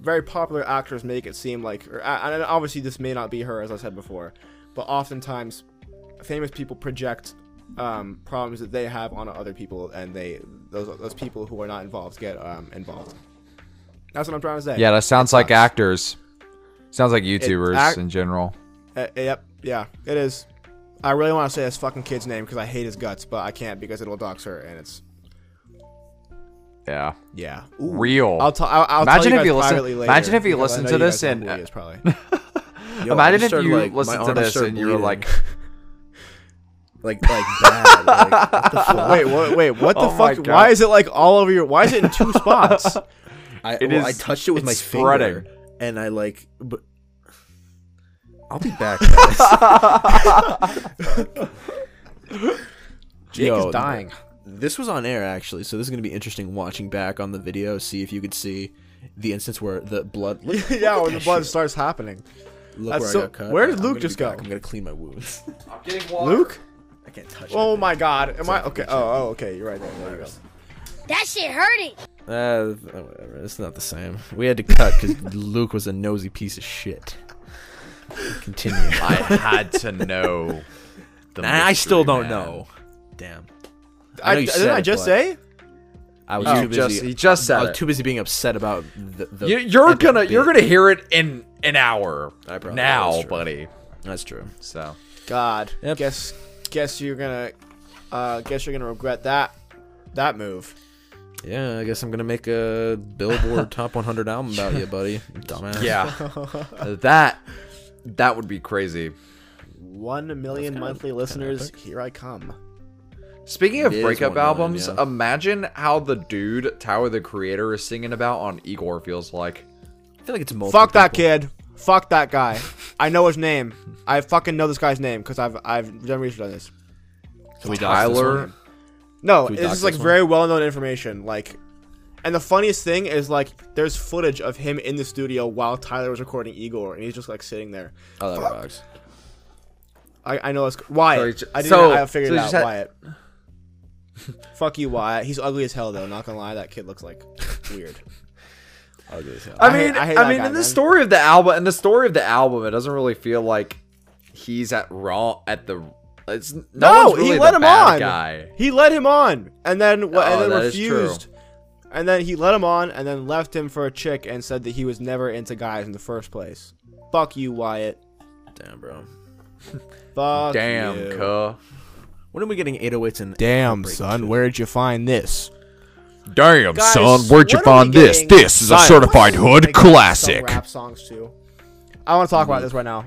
Speaker 2: very popular actors make it seem like or, and obviously this may not be her as i said before but oftentimes famous people project um, problems that they have on other people and they those those people who are not involved get um, involved that's what i'm trying to say
Speaker 4: that sounds like actors. Sounds like YouTubers
Speaker 2: act-
Speaker 4: in general.
Speaker 2: Uh, yep yeah it is i really want to say this fucking kid's name because i hate his guts but i can't because it'll dox her and it's
Speaker 4: Yeah.
Speaker 2: yeah
Speaker 4: Real.
Speaker 2: I'll, t- I'll, I'll
Speaker 4: Imagine
Speaker 2: tell
Speaker 4: if
Speaker 2: you guys
Speaker 4: you listen-
Speaker 2: privately later.
Speaker 4: imagine if you
Speaker 2: because I
Speaker 4: listen
Speaker 2: know
Speaker 4: to
Speaker 2: you guys
Speaker 4: this
Speaker 2: know
Speaker 4: and-
Speaker 2: who he is, probably.
Speaker 1: Yo, I
Speaker 4: Imagine
Speaker 1: just
Speaker 4: if
Speaker 1: started,
Speaker 4: you
Speaker 1: like, my
Speaker 4: listened to
Speaker 1: arms
Speaker 4: this
Speaker 1: started
Speaker 4: and you were
Speaker 1: bleeding.
Speaker 4: like,
Speaker 1: like, like bad. Like, what the fuck?
Speaker 2: Wait, what? Wait, what the
Speaker 4: Oh my
Speaker 2: fuck?
Speaker 4: God.
Speaker 2: Why is it like all over your? Why is it in two spots?
Speaker 1: I,
Speaker 4: It
Speaker 1: well, I
Speaker 4: is-
Speaker 1: touched it with
Speaker 4: it's
Speaker 1: my
Speaker 4: spreading.
Speaker 1: finger, and I like. But I'll be back. guys.
Speaker 2: Jake
Speaker 1: Yo,
Speaker 2: is dying.
Speaker 1: This was on air actually, so this is gonna be interesting watching back on the video, see if you could see the instance where the blood. Look,
Speaker 2: yeah,
Speaker 1: look at
Speaker 2: when the
Speaker 1: that
Speaker 2: blood
Speaker 1: shit.
Speaker 2: starts happening.
Speaker 1: Look
Speaker 2: that's
Speaker 1: where I
Speaker 2: so-
Speaker 1: got cut.
Speaker 2: where did
Speaker 1: I'm
Speaker 2: Luke
Speaker 1: gonna
Speaker 2: just
Speaker 1: be
Speaker 2: go?
Speaker 1: back. I'm gonna clean my wounds.
Speaker 3: I'm getting water.
Speaker 2: Luke,
Speaker 1: I can't touch it.
Speaker 2: Oh my god. Am I okay? Oh, oh okay. You're right there. There you go.
Speaker 5: That shit hurting.
Speaker 1: Uh, whatever. It's not the same. We had to cut because Luke was a nosy piece of shit. Continue.
Speaker 3: I had to know. The
Speaker 1: I still
Speaker 3: mystery
Speaker 1: don't
Speaker 3: man.
Speaker 1: know. Damn.
Speaker 2: I,
Speaker 1: know you
Speaker 2: didn't
Speaker 1: said
Speaker 2: I
Speaker 1: it,
Speaker 2: just
Speaker 1: but-
Speaker 2: say?
Speaker 1: I was
Speaker 3: You
Speaker 1: too
Speaker 3: Oh, just-
Speaker 1: busy.
Speaker 3: he just said
Speaker 1: I was
Speaker 3: it.
Speaker 1: too busy being upset about the. the
Speaker 3: You, you're
Speaker 1: the
Speaker 3: gonna you're
Speaker 1: bit.
Speaker 3: gonna hear it in an hour
Speaker 1: I probably-
Speaker 3: now,
Speaker 1: that's true.
Speaker 3: buddy.
Speaker 1: That's true.
Speaker 3: So
Speaker 2: God.
Speaker 1: Yep.
Speaker 2: Guess guess you're gonna uh guess you're gonna regret that that move.
Speaker 1: Yeah, I guess I'm gonna make a Billboard Top 100 album about you, buddy. Dumbass.
Speaker 3: yeah, that that would be crazy.
Speaker 2: One million monthly listeners, here I come.
Speaker 3: Speaking of
Speaker 1: It is
Speaker 3: breakup
Speaker 1: one million,
Speaker 3: albums,
Speaker 1: yeah.
Speaker 3: imagine how the dude Tower the Creator is singing about on Igor feels like.
Speaker 1: I feel like it's multiple.
Speaker 2: Fuck that
Speaker 1: people.
Speaker 2: kid. Fuck that guy. I know his name. I fucking know this guy's name because I've I've done research on this.
Speaker 1: Can we dox this
Speaker 3: Tyler,
Speaker 1: one?
Speaker 2: No,
Speaker 1: Can we
Speaker 2: this
Speaker 1: dox
Speaker 2: is like
Speaker 1: this one?
Speaker 2: very well known information. Like, and the funniest thing is like, there's footage of him in the studio while Tyler was recording Igor, and he's just like sitting there.
Speaker 1: Oh, that rocks.
Speaker 2: I, I know it's
Speaker 3: So he
Speaker 2: Wyatt.
Speaker 3: ju-
Speaker 2: I didn't.
Speaker 3: so-
Speaker 2: I figured
Speaker 3: so
Speaker 2: it
Speaker 3: he
Speaker 2: out.
Speaker 3: just had-
Speaker 2: Wyatt. Fuck you, Wyatt. He's ugly as hell though. Not gonna lie, that kid looks like weird.
Speaker 1: Ugly as hell.
Speaker 3: I
Speaker 2: I hate-
Speaker 3: mean, I,
Speaker 2: I hate that
Speaker 3: mean,
Speaker 2: guy,
Speaker 3: in the
Speaker 2: man.
Speaker 3: story of the album, in the story of the album, it doesn't really feel like he's at raw at the. It's no,
Speaker 2: No,
Speaker 3: one's really
Speaker 2: he
Speaker 3: the
Speaker 2: let him
Speaker 3: bad
Speaker 2: on.
Speaker 3: Guy.
Speaker 2: He let him on, and then wha-
Speaker 3: Oh,
Speaker 2: and then
Speaker 3: that is true.
Speaker 2: refused, and then he let him on, and then left him for a chick, and said that he was never into guys in the first place. Fuck you, Wyatt.
Speaker 1: Damn, bro.
Speaker 2: Fuck
Speaker 3: Damn,
Speaker 2: you.
Speaker 3: cuh.
Speaker 1: When are we getting 808s and
Speaker 2: Damn,
Speaker 1: Heartbreak
Speaker 2: son,
Speaker 1: Two?
Speaker 2: where'd you find this?
Speaker 4: Damn,
Speaker 2: Guys,
Speaker 4: son, where'd you
Speaker 2: when are we
Speaker 4: find this?
Speaker 2: getting-
Speaker 4: This is a
Speaker 2: Zion,
Speaker 4: certified hood
Speaker 2: Like, some
Speaker 4: classic.
Speaker 2: Rap songs too. I want to talk about this right now.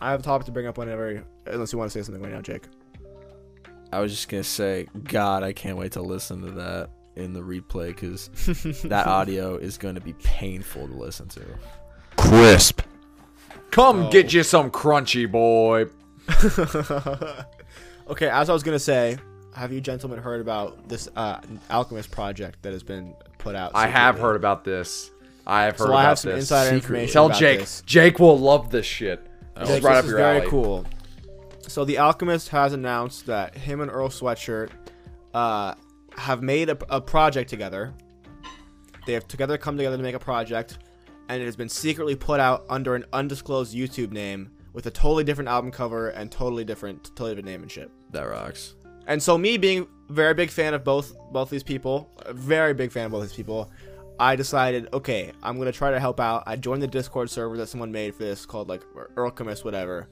Speaker 2: I have a topic to bring up whenever, unless you want to say something right now, Jake.
Speaker 1: I was just gonna say, God, I can't wait to listen to that in the replay because that audio is going to be painful to listen to.
Speaker 4: Crisp.
Speaker 3: Come get you some crunchy boy.
Speaker 2: Okay, as I was gonna say, have you gentlemen heard about this uh, Alchemist project that has been put out?
Speaker 3: I have
Speaker 2: secretly?
Speaker 3: heard about this. I have heard
Speaker 2: So
Speaker 3: about
Speaker 2: I have some
Speaker 3: this.
Speaker 2: insider
Speaker 1: secretly.
Speaker 2: information.
Speaker 3: Tell
Speaker 2: about
Speaker 3: Jake.
Speaker 2: this.
Speaker 3: Jake will love this shit. This
Speaker 2: Jake,
Speaker 3: is Oh. right
Speaker 2: this
Speaker 3: up
Speaker 2: is
Speaker 3: your
Speaker 2: very
Speaker 3: alley.
Speaker 2: cool. So the Alchemist has announced that him and Earl Sweatshirt uh, have made a, a project together. They have together come together to make a project, and it has been secretly put out under an undisclosed YouTube name with a totally different album cover and totally different, totally different name and shit.
Speaker 1: That rocks.
Speaker 2: And so me being a very big fan of both both these people, a very big fan of both these people, I decided, okay, I'm gonna try to help out. I joined the Discord server that someone made for this called like Alchemist, whatever.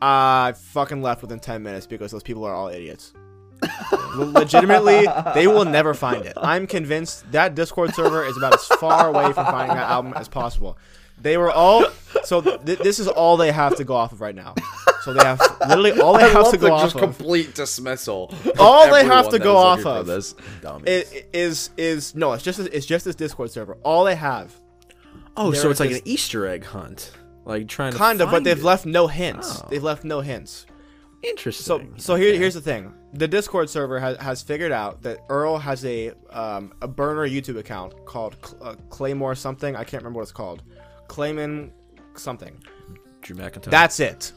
Speaker 2: I fucking left within ten minutes because those people are all idiots. Le- Legitimately, they will never find it. I'm convinced that Discord server is about as far away from finding that album as possible. They were all so. Th- this is all they have to go off of right now. So they have literally all they
Speaker 3: I
Speaker 2: have
Speaker 3: love
Speaker 2: to
Speaker 3: the
Speaker 2: go off
Speaker 3: just
Speaker 2: of
Speaker 3: complete dismissal. of
Speaker 2: All they have
Speaker 3: everyone
Speaker 2: to
Speaker 3: that
Speaker 2: go
Speaker 3: is
Speaker 2: off
Speaker 3: looking for
Speaker 2: of.
Speaker 3: this.
Speaker 1: Dumb.
Speaker 2: it is is no it's just it's just this discord server all they have
Speaker 1: oh, so
Speaker 2: there
Speaker 1: it's like
Speaker 2: is-
Speaker 1: an Easter egg hunt, like trying to
Speaker 2: kind of but
Speaker 1: find
Speaker 2: they've
Speaker 1: it.
Speaker 2: left no hints
Speaker 1: Oh.
Speaker 2: they've left no hints so
Speaker 1: Interesting.
Speaker 2: so here, here's the thing the discord server has, has figured out that earl has a um, a burner youtube account called Cl- uh, claymore something i can't remember what it's called clayman something
Speaker 1: Drew McIntyre.
Speaker 2: that's it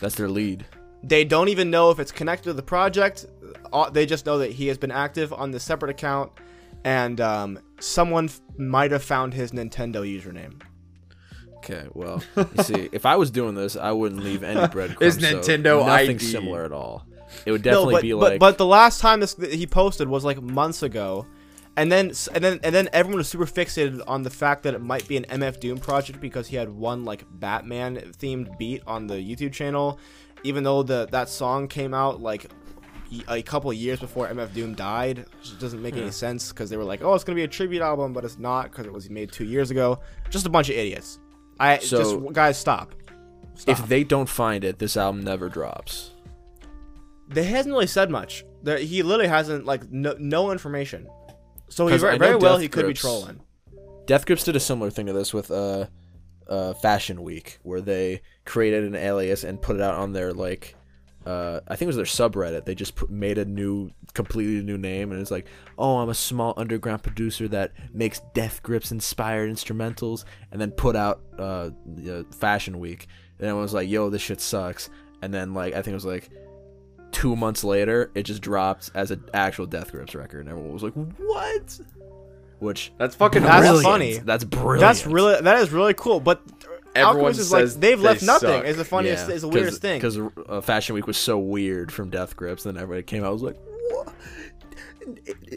Speaker 1: that's their lead.
Speaker 2: they don't even know if it's connected to the project. Uh, They just know that he has been active on the separate account, and um, someone f- might have found his Nintendo username.
Speaker 1: Okay, well, you see, if I was doing this, I wouldn't leave any breadcrumbs.
Speaker 3: His
Speaker 1: so
Speaker 3: Nintendo
Speaker 1: nothing
Speaker 3: ID.
Speaker 1: similar at all. It would definitely
Speaker 2: no, but,
Speaker 1: be
Speaker 2: but,
Speaker 1: like,
Speaker 2: but the last time this that he posted was like months ago, and then s- and then and then everyone was super fixated on the fact that it might be an MF Doom project because he had one like Batman themed beat on the YouTube channel, even though the that song came out like y- a couple of years before MF Doom died, which doesn't make any
Speaker 1: Hmm.
Speaker 2: sense because they were like, oh, it's gonna be a tribute album, but it's not because it was made two years ago. Just a bunch of idiots. I
Speaker 1: So-
Speaker 2: just guys stop. Stop.
Speaker 1: if they don't find it, this album never drops.
Speaker 2: They hasn't really said much. There, he literally hasn't like no, no information. So he
Speaker 1: 'Cause I
Speaker 2: very,
Speaker 1: know
Speaker 2: very well
Speaker 1: Death
Speaker 2: he could be
Speaker 1: Grips-
Speaker 2: trolling.
Speaker 1: Death Grips did a similar thing to this with uh, uh, Fashion Week, where they created an alias and put it out on their like, uh, I think it was their subreddit. They just put, made a new, completely new name, and it's like, oh, I'm a small underground producer that makes Death Grips inspired instrumentals, and then put out uh, uh, Fashion Week. And everyone was like, yo, this shit sucks. and then like I think it was like two months later, it just dropped as an actual Death Grips record, and everyone was like, "What?" Which
Speaker 3: That's fucking
Speaker 2: That's
Speaker 3: awesome.
Speaker 1: brilliant.
Speaker 2: funny.
Speaker 1: That's brilliant.
Speaker 2: That's really that is really cool. But
Speaker 3: Everyone
Speaker 2: Alchemist is like
Speaker 3: says
Speaker 2: they've
Speaker 3: they
Speaker 2: left nothing.
Speaker 3: suck.
Speaker 2: Is the funniest. Is the weirdest thing.
Speaker 1: because uh, Fashion Week was so weird from Death Grips, and then everybody came out was like, "What?"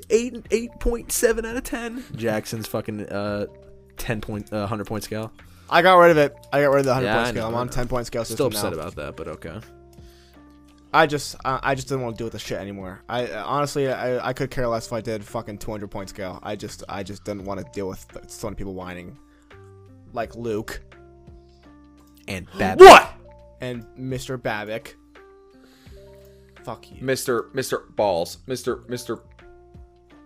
Speaker 1: Eight eight point seven out of ten. Jackson's fucking uh ten point uh, hundred point scale.
Speaker 2: I got rid of it. I got rid of the hundred
Speaker 1: Yeah,
Speaker 2: point
Speaker 1: I
Speaker 2: scale.
Speaker 1: know,
Speaker 2: I'm
Speaker 1: I
Speaker 2: on
Speaker 1: know.
Speaker 2: ten point scale system
Speaker 1: Still upset
Speaker 2: now.
Speaker 1: about that, but okay.
Speaker 2: I just I, I just didn't want to deal with this shit anymore. I honestly I, I could care less if I did fucking two hundred point scale. I just I just didn't want to deal with so many people whining, like Luke
Speaker 1: And bad.
Speaker 3: What?
Speaker 2: and Mr. Babic. Fuck you.
Speaker 3: Mr. Mr. Balls. Mr. Mr.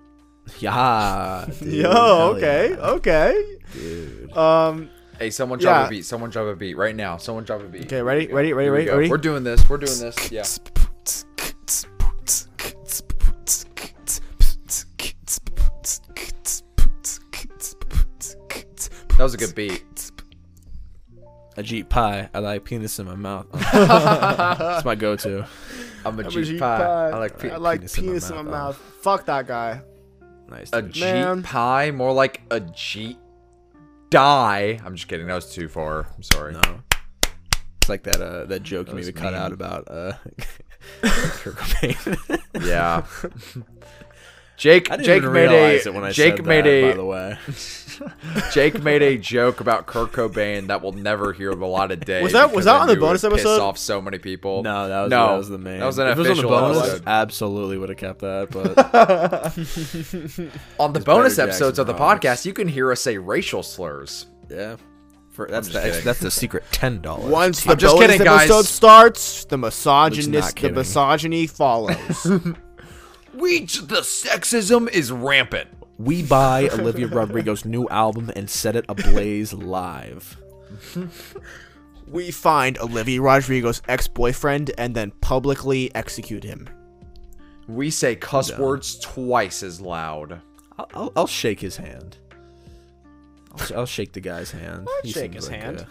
Speaker 1: Yeah. dude,
Speaker 2: Yo,
Speaker 1: hell
Speaker 2: okay, Oh.
Speaker 1: yeah,
Speaker 2: okay.
Speaker 1: dude.
Speaker 2: Um,
Speaker 3: Hey, someone drop
Speaker 2: Yeah.
Speaker 3: a beat. Someone drop a beat right now. Someone drop a beat.
Speaker 2: okay, ready, ready, ready,
Speaker 3: Here we
Speaker 2: ready,
Speaker 3: go.
Speaker 2: ready.
Speaker 3: We're doing this. We're doing this. Yeah. That was a good beat.
Speaker 1: A Jeep pie. I like penis in my mouth. That's my go-to.
Speaker 3: I'm a
Speaker 2: I'm a
Speaker 3: Jeep
Speaker 2: Jeep
Speaker 3: pie.
Speaker 2: pie.
Speaker 3: I like pe-
Speaker 2: I like penis, in my, mouth. Fuck that guy.
Speaker 1: Nice.
Speaker 3: a
Speaker 1: dude.
Speaker 3: Jeep
Speaker 2: Man.
Speaker 3: pie, more like a Jeep die. I'm just kidding. That was too far. I'm sorry.
Speaker 1: No. It's like that uh that joke you maybe cut out about uh Kurt Cobain.
Speaker 3: Yeah. Jake
Speaker 1: I didn't
Speaker 3: Jake
Speaker 1: even
Speaker 3: made
Speaker 1: realize
Speaker 3: a
Speaker 1: it when I
Speaker 3: Jake
Speaker 1: said
Speaker 3: made
Speaker 1: that,
Speaker 3: a
Speaker 1: by the way.
Speaker 3: Jake made a joke about Kurt Cobain that will never hear the light of day.
Speaker 2: Was that- was
Speaker 3: because
Speaker 2: that
Speaker 3: I
Speaker 2: on the
Speaker 3: knew it would
Speaker 2: bonus
Speaker 3: piss
Speaker 2: episode?
Speaker 3: off so many people.
Speaker 1: No, that was that was the main.
Speaker 3: That was an
Speaker 1: if it was
Speaker 3: official
Speaker 1: on the bonus,
Speaker 3: episode.
Speaker 1: absolutely would have kept that, but
Speaker 3: On the
Speaker 1: better
Speaker 3: bonus
Speaker 1: Jackson
Speaker 3: episodes of the
Speaker 1: Browns.
Speaker 3: podcast, you can hear us say racial slurs.
Speaker 1: yeah. For, that's the
Speaker 3: just
Speaker 1: ex-
Speaker 3: kidding.
Speaker 1: that's the secret ten dollars.
Speaker 2: Once the
Speaker 3: I'm just
Speaker 2: bonus
Speaker 3: kidding, guys.
Speaker 2: episode starts, the
Speaker 1: Luke's
Speaker 2: misogynist,
Speaker 1: not
Speaker 2: the
Speaker 1: kidding.
Speaker 2: misogyny follows.
Speaker 3: We j- the sexism is rampant.
Speaker 1: we buy Olivia Rodrigo's new album and set it ablaze live.
Speaker 2: we find Olivia Rodrigo's ex-boyfriend and then publicly execute him.
Speaker 3: We say cuss words twice as loud.
Speaker 1: I'll, I'll, I'll shake his hand. I'll, I'll shake the guy's hand. I'll
Speaker 2: shake his hand.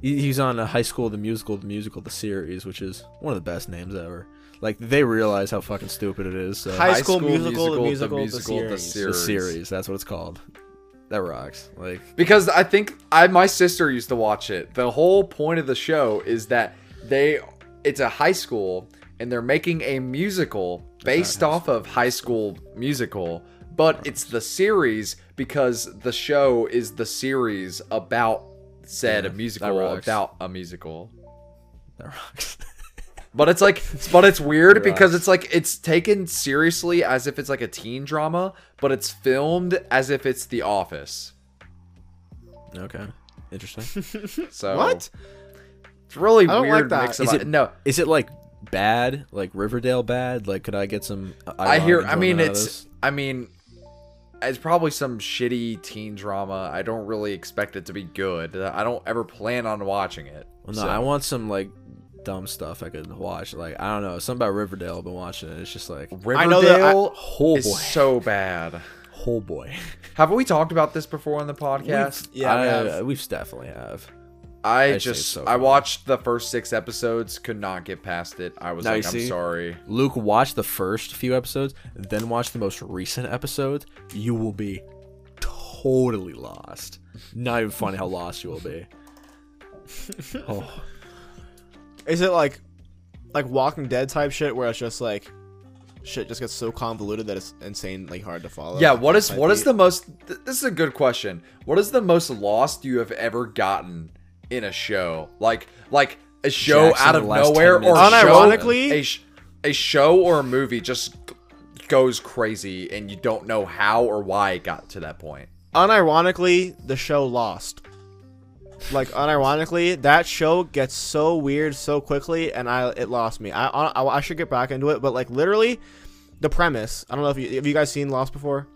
Speaker 1: he's on a High School the Musical, the Musical, the series, which is one of the best names ever. Like they realize how fucking stupid it is. So.
Speaker 2: High School Musical, the Musical, the series.
Speaker 1: the series. That's what it's called. That rocks. Like
Speaker 3: Because I think I my sister used to watch it. The whole point of the show is that they it's a high school and they're making a musical based off of High School Musical, but it's the series because the show is the series about said
Speaker 1: Yeah, that
Speaker 3: musical
Speaker 1: rocks.
Speaker 3: about a musical.
Speaker 1: that rocks.
Speaker 3: But it's like, but it's weird
Speaker 1: Right.
Speaker 3: because it's like it's taken seriously as if it's like a teen drama, but it's filmed as if it's The Office.
Speaker 1: okay. Interesting.
Speaker 3: So
Speaker 2: What?
Speaker 3: It's really
Speaker 2: I don't like
Speaker 3: weird
Speaker 2: that.
Speaker 3: mix
Speaker 1: Is
Speaker 3: of
Speaker 1: it-
Speaker 3: no.
Speaker 1: Is it like bad? Like Riverdale bad? Like could I get some?
Speaker 3: I
Speaker 1: ironic
Speaker 3: hear. I mean,
Speaker 1: enjoyment out of
Speaker 3: it's.
Speaker 1: this?
Speaker 3: I mean, it's probably some shitty teen drama. I don't really expect it to be good. I don't ever plan on watching it.
Speaker 1: Well, no,
Speaker 3: so.
Speaker 1: I want some like dumb stuff I could watch. Like I don't know, something about Riverdale. I've been watching it. It's just like
Speaker 3: Riverdale
Speaker 2: I know that I-
Speaker 1: oh boy,
Speaker 3: is so bad.
Speaker 1: oh boy.
Speaker 3: Have we talked about this before on the podcast?
Speaker 2: yeah, we
Speaker 1: I-
Speaker 2: have.
Speaker 1: we've definitely have.
Speaker 3: I
Speaker 1: say
Speaker 3: just
Speaker 1: so
Speaker 3: I
Speaker 1: far.
Speaker 3: watched the first six episodes, could not get past it. I was
Speaker 1: Now
Speaker 3: like,
Speaker 1: you
Speaker 3: I'm
Speaker 1: see?
Speaker 3: sorry.
Speaker 1: Luke, watch the first few episodes, then watch the most recent episodes. You will be totally lost. Not even funny how lost you will be. Oh,
Speaker 2: Is it like, like Walking Dead type shit where it's just like, shit just gets so convoluted that it's insanely hard to follow?
Speaker 3: Yeah, what is
Speaker 2: Might
Speaker 3: what is
Speaker 2: be-
Speaker 3: the most? Th- this is a good question. What is the most lost you have ever gotten in a show? Like like a show
Speaker 1: Jackson,
Speaker 3: out of
Speaker 1: the last 10
Speaker 3: nowhere or
Speaker 1: minutes.
Speaker 2: Unironically-
Speaker 3: show, a, sh- a show or a movie just g- goes crazy and you don't know how or why it got to that point.
Speaker 2: unironically the show lost like unironically that show gets so weird so quickly and i it lost me i i, I should get back into it but like literally the premise i don't know if you have you guys seen lost before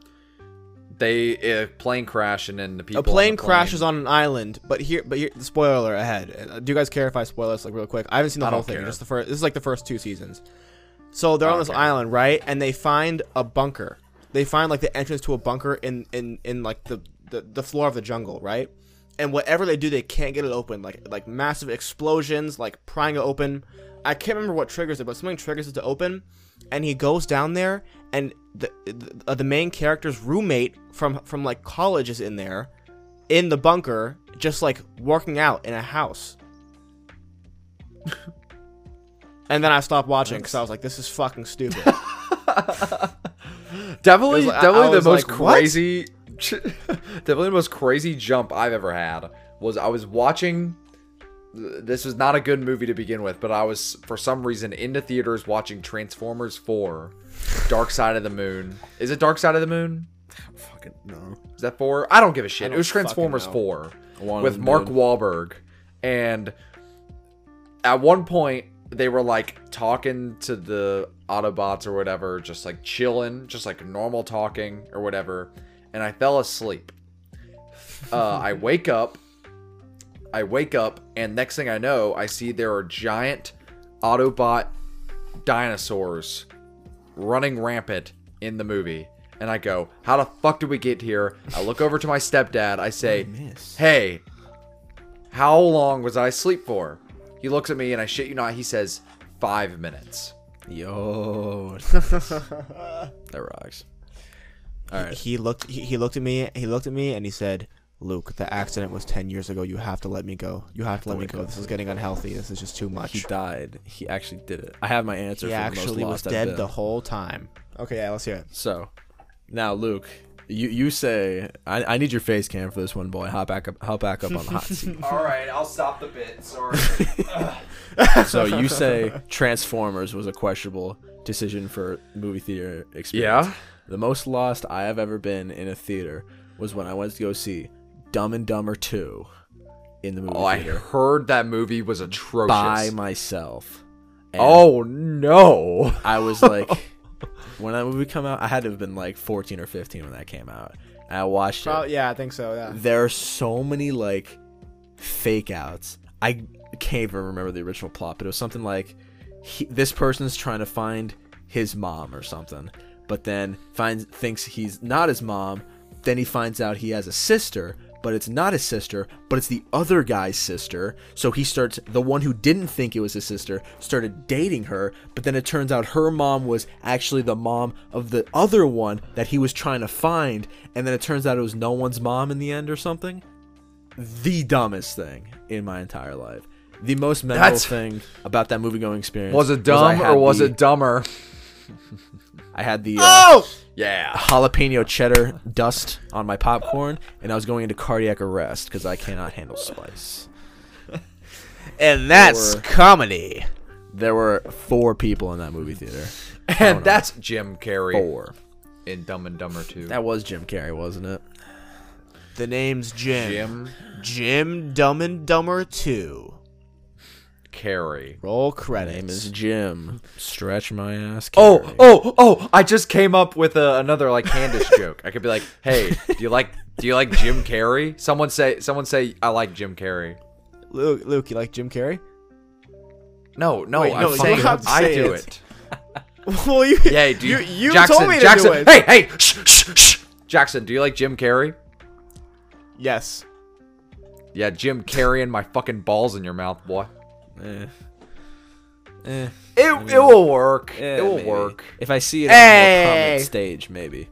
Speaker 3: They uh, plane crash and then the people
Speaker 2: a
Speaker 3: on the
Speaker 2: plane crashes on an island but here but here spoiler ahead Uh, do you guys care if i spoil this like real quick i haven't seen the
Speaker 3: I
Speaker 2: whole
Speaker 3: don't
Speaker 2: thing
Speaker 3: care.
Speaker 2: just the first this is like the first two seasons so they're on
Speaker 3: don't
Speaker 2: this
Speaker 3: care.
Speaker 2: island right and they find a bunker they find like the entrance to a bunker in in in like the the, the floor of the jungle right and whatever they do, they can't get it open. Like like massive explosions, like prying it open. I can't remember what triggers it, but something triggers it to open, and he goes down there, and the the, uh, the main character's roommate from from like college is in there, in the bunker, just like working out in a house. and then I stopped watching because I was like, "This is fucking stupid."
Speaker 3: Definitely,
Speaker 2: It was- I-
Speaker 3: definitely
Speaker 2: I
Speaker 3: the
Speaker 2: was
Speaker 3: most
Speaker 2: like, what?
Speaker 3: crazy, definitely the most crazy jump I've ever had was I was watching. This was not a good movie to begin with, but I was for some reason into theaters watching Transformers Four, Dark Side of the Moon. Is it Dark Side of the Moon?
Speaker 1: Fucking no.
Speaker 3: Is that four? I don't give a shit. It
Speaker 2: don't
Speaker 3: was Transformers
Speaker 2: fucking
Speaker 3: Four
Speaker 1: One
Speaker 3: with
Speaker 1: of them
Speaker 3: Mark
Speaker 1: did.
Speaker 3: Wahlberg, and at one point they were like talking to the Autobots or whatever, just like chilling, just like normal talking or whatever, and I fell asleep. Uh, I wake up, I wake up, and next thing I know, I see there are giant Autobot dinosaurs running rampant in the movie. And I go, How the fuck did we get here? I look over to my stepdad. I say, Hey, how long was I asleep for? He looks at me and I shit you not, he says, Five minutes.
Speaker 1: Yo. that rocks.
Speaker 2: he looked he, he looked at me he looked at me and he said luke the accident was 10 years ago you have to let me go you have to let me go this is getting unhealthy this is just too
Speaker 1: He
Speaker 2: much
Speaker 1: died. He actually did it. I have my answer
Speaker 2: he
Speaker 1: for the
Speaker 2: actually was
Speaker 1: most lost I've
Speaker 2: dead
Speaker 1: been.
Speaker 2: the whole time okay yeah let's hear it
Speaker 1: So, now Luke, you you say I, I need your face cam for this one, boy. Hop back up, hop back up on the hot seat.
Speaker 3: All right, I'll stop the bit. Sorry.
Speaker 1: so you say Transformers was a questionable decision for movie theater experience.
Speaker 3: Yeah.
Speaker 1: The most lost I have ever been in a theater was when I went to go see Dumb and Dumber Two in the movie
Speaker 3: oh, I
Speaker 1: theater
Speaker 3: heard that movie was atrocious.
Speaker 1: by myself. And
Speaker 3: oh, no.
Speaker 1: I was like, when that movie come out, I had to have been like 14 or 15 when that came out. And I watched it.
Speaker 2: oh yeah i think so yeah
Speaker 1: there are so many like fake outs. I can't even remember the original plot, but it was something like he, this person's trying to find his mom or something, but then finds thinks he's not his mom. Then he finds out he has a sister, but it's not his sister, but it's the other guy's sister. So he starts the one who didn't think it was his sister started dating her, but then it turns out her mom was actually the mom of the other one that he was trying to find, and then it turns out it was no one's mom in the end or something the dumbest thing in my entire life. The most memorable
Speaker 3: That's-
Speaker 1: thing about that movie going experience
Speaker 3: Was it
Speaker 1: I
Speaker 3: dumb
Speaker 1: had
Speaker 3: or was
Speaker 1: the-
Speaker 3: it Oh! dumber?
Speaker 1: I had the uh,
Speaker 3: Yeah.
Speaker 1: jalapeno cheddar dust on my popcorn, and I was going into cardiac arrest because I cannot handle spice.
Speaker 2: and
Speaker 1: that's
Speaker 2: comedy
Speaker 1: There were four people in that movie theater.
Speaker 3: And that's Jim Carrey
Speaker 1: Four.
Speaker 3: in Dumb and Dumber 2.
Speaker 1: That was Jim Carrey, wasn't it?
Speaker 2: the name's jim
Speaker 3: Jim
Speaker 2: jim dumb and dumber 2
Speaker 3: Carrey.
Speaker 1: Name
Speaker 2: roll
Speaker 1: is
Speaker 2: credits
Speaker 1: Jim. Stretch my ass.
Speaker 3: Oh,
Speaker 1: Carrey.
Speaker 3: oh, oh! I just came up with a, another like Candice joke. I could be like, "Hey, do you like do you like Jim Carrey?" Someone say, someone say, "I like Jim Carrey."
Speaker 2: luke luke you like jim carrey
Speaker 3: No, no,
Speaker 2: Wait,
Speaker 3: I'm
Speaker 2: no, you
Speaker 3: saying
Speaker 2: have to
Speaker 3: I
Speaker 2: say
Speaker 3: do
Speaker 2: it.
Speaker 3: it.
Speaker 2: well you,
Speaker 3: Yay, do
Speaker 2: you,
Speaker 3: you,
Speaker 2: you
Speaker 3: Jackson,
Speaker 2: told me to
Speaker 3: Jackson,
Speaker 2: do it
Speaker 3: hey, hey, shh, shh, shh. Jackson, do you like Jim Carrey?
Speaker 2: yes
Speaker 3: Yeah, Jim Carrey and my fucking balls in your mouth, boy. oh!
Speaker 1: Eh. Eh.
Speaker 3: It, it will work.
Speaker 1: Eh,
Speaker 3: it will
Speaker 1: maybe.
Speaker 3: work.
Speaker 1: If I see it on the more
Speaker 3: Hey!
Speaker 1: prominent stage, maybe.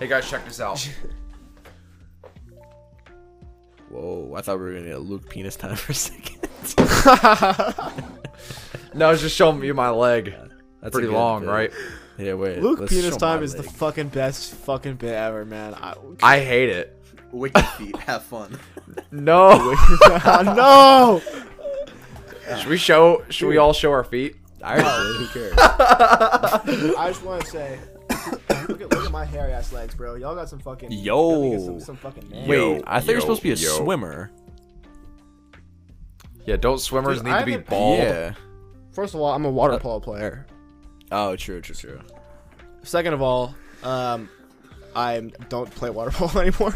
Speaker 3: Hey guys, check this out.
Speaker 1: Whoa, I thought we were gonna get Luke penis time for a second.
Speaker 3: no, I was just showing you my leg.
Speaker 1: That's a
Speaker 3: Pretty
Speaker 1: good
Speaker 3: long,
Speaker 1: bit.
Speaker 3: right?
Speaker 1: Yeah, wait.
Speaker 2: luke
Speaker 1: let's
Speaker 2: penis
Speaker 1: show
Speaker 2: time
Speaker 1: my
Speaker 2: is the
Speaker 1: leg.
Speaker 2: fucking best fucking bit ever man I,
Speaker 3: I hate it.
Speaker 1: wicked feet. Have fun.
Speaker 3: No.
Speaker 2: no
Speaker 3: should we show? Should we all show our feet?
Speaker 1: I already did. Who cares?
Speaker 2: I just want to say, look at, look at my hairy ass legs, bro. Y'all got some fucking
Speaker 1: Yo.
Speaker 2: y'all got some, some fucking man.
Speaker 1: Wait,
Speaker 3: Yo,
Speaker 1: I think you're
Speaker 3: yo,
Speaker 1: supposed to be a
Speaker 3: yo.
Speaker 1: swimmer.
Speaker 3: Yeah, don't swimmers
Speaker 2: Dude,
Speaker 3: need
Speaker 2: I
Speaker 3: to be
Speaker 2: haven't-
Speaker 3: bald?
Speaker 1: Yeah.
Speaker 2: First of all, I'm a water polo player.
Speaker 1: Oh, true, true, true.
Speaker 2: Second of all, um, I don't play water polo anymore.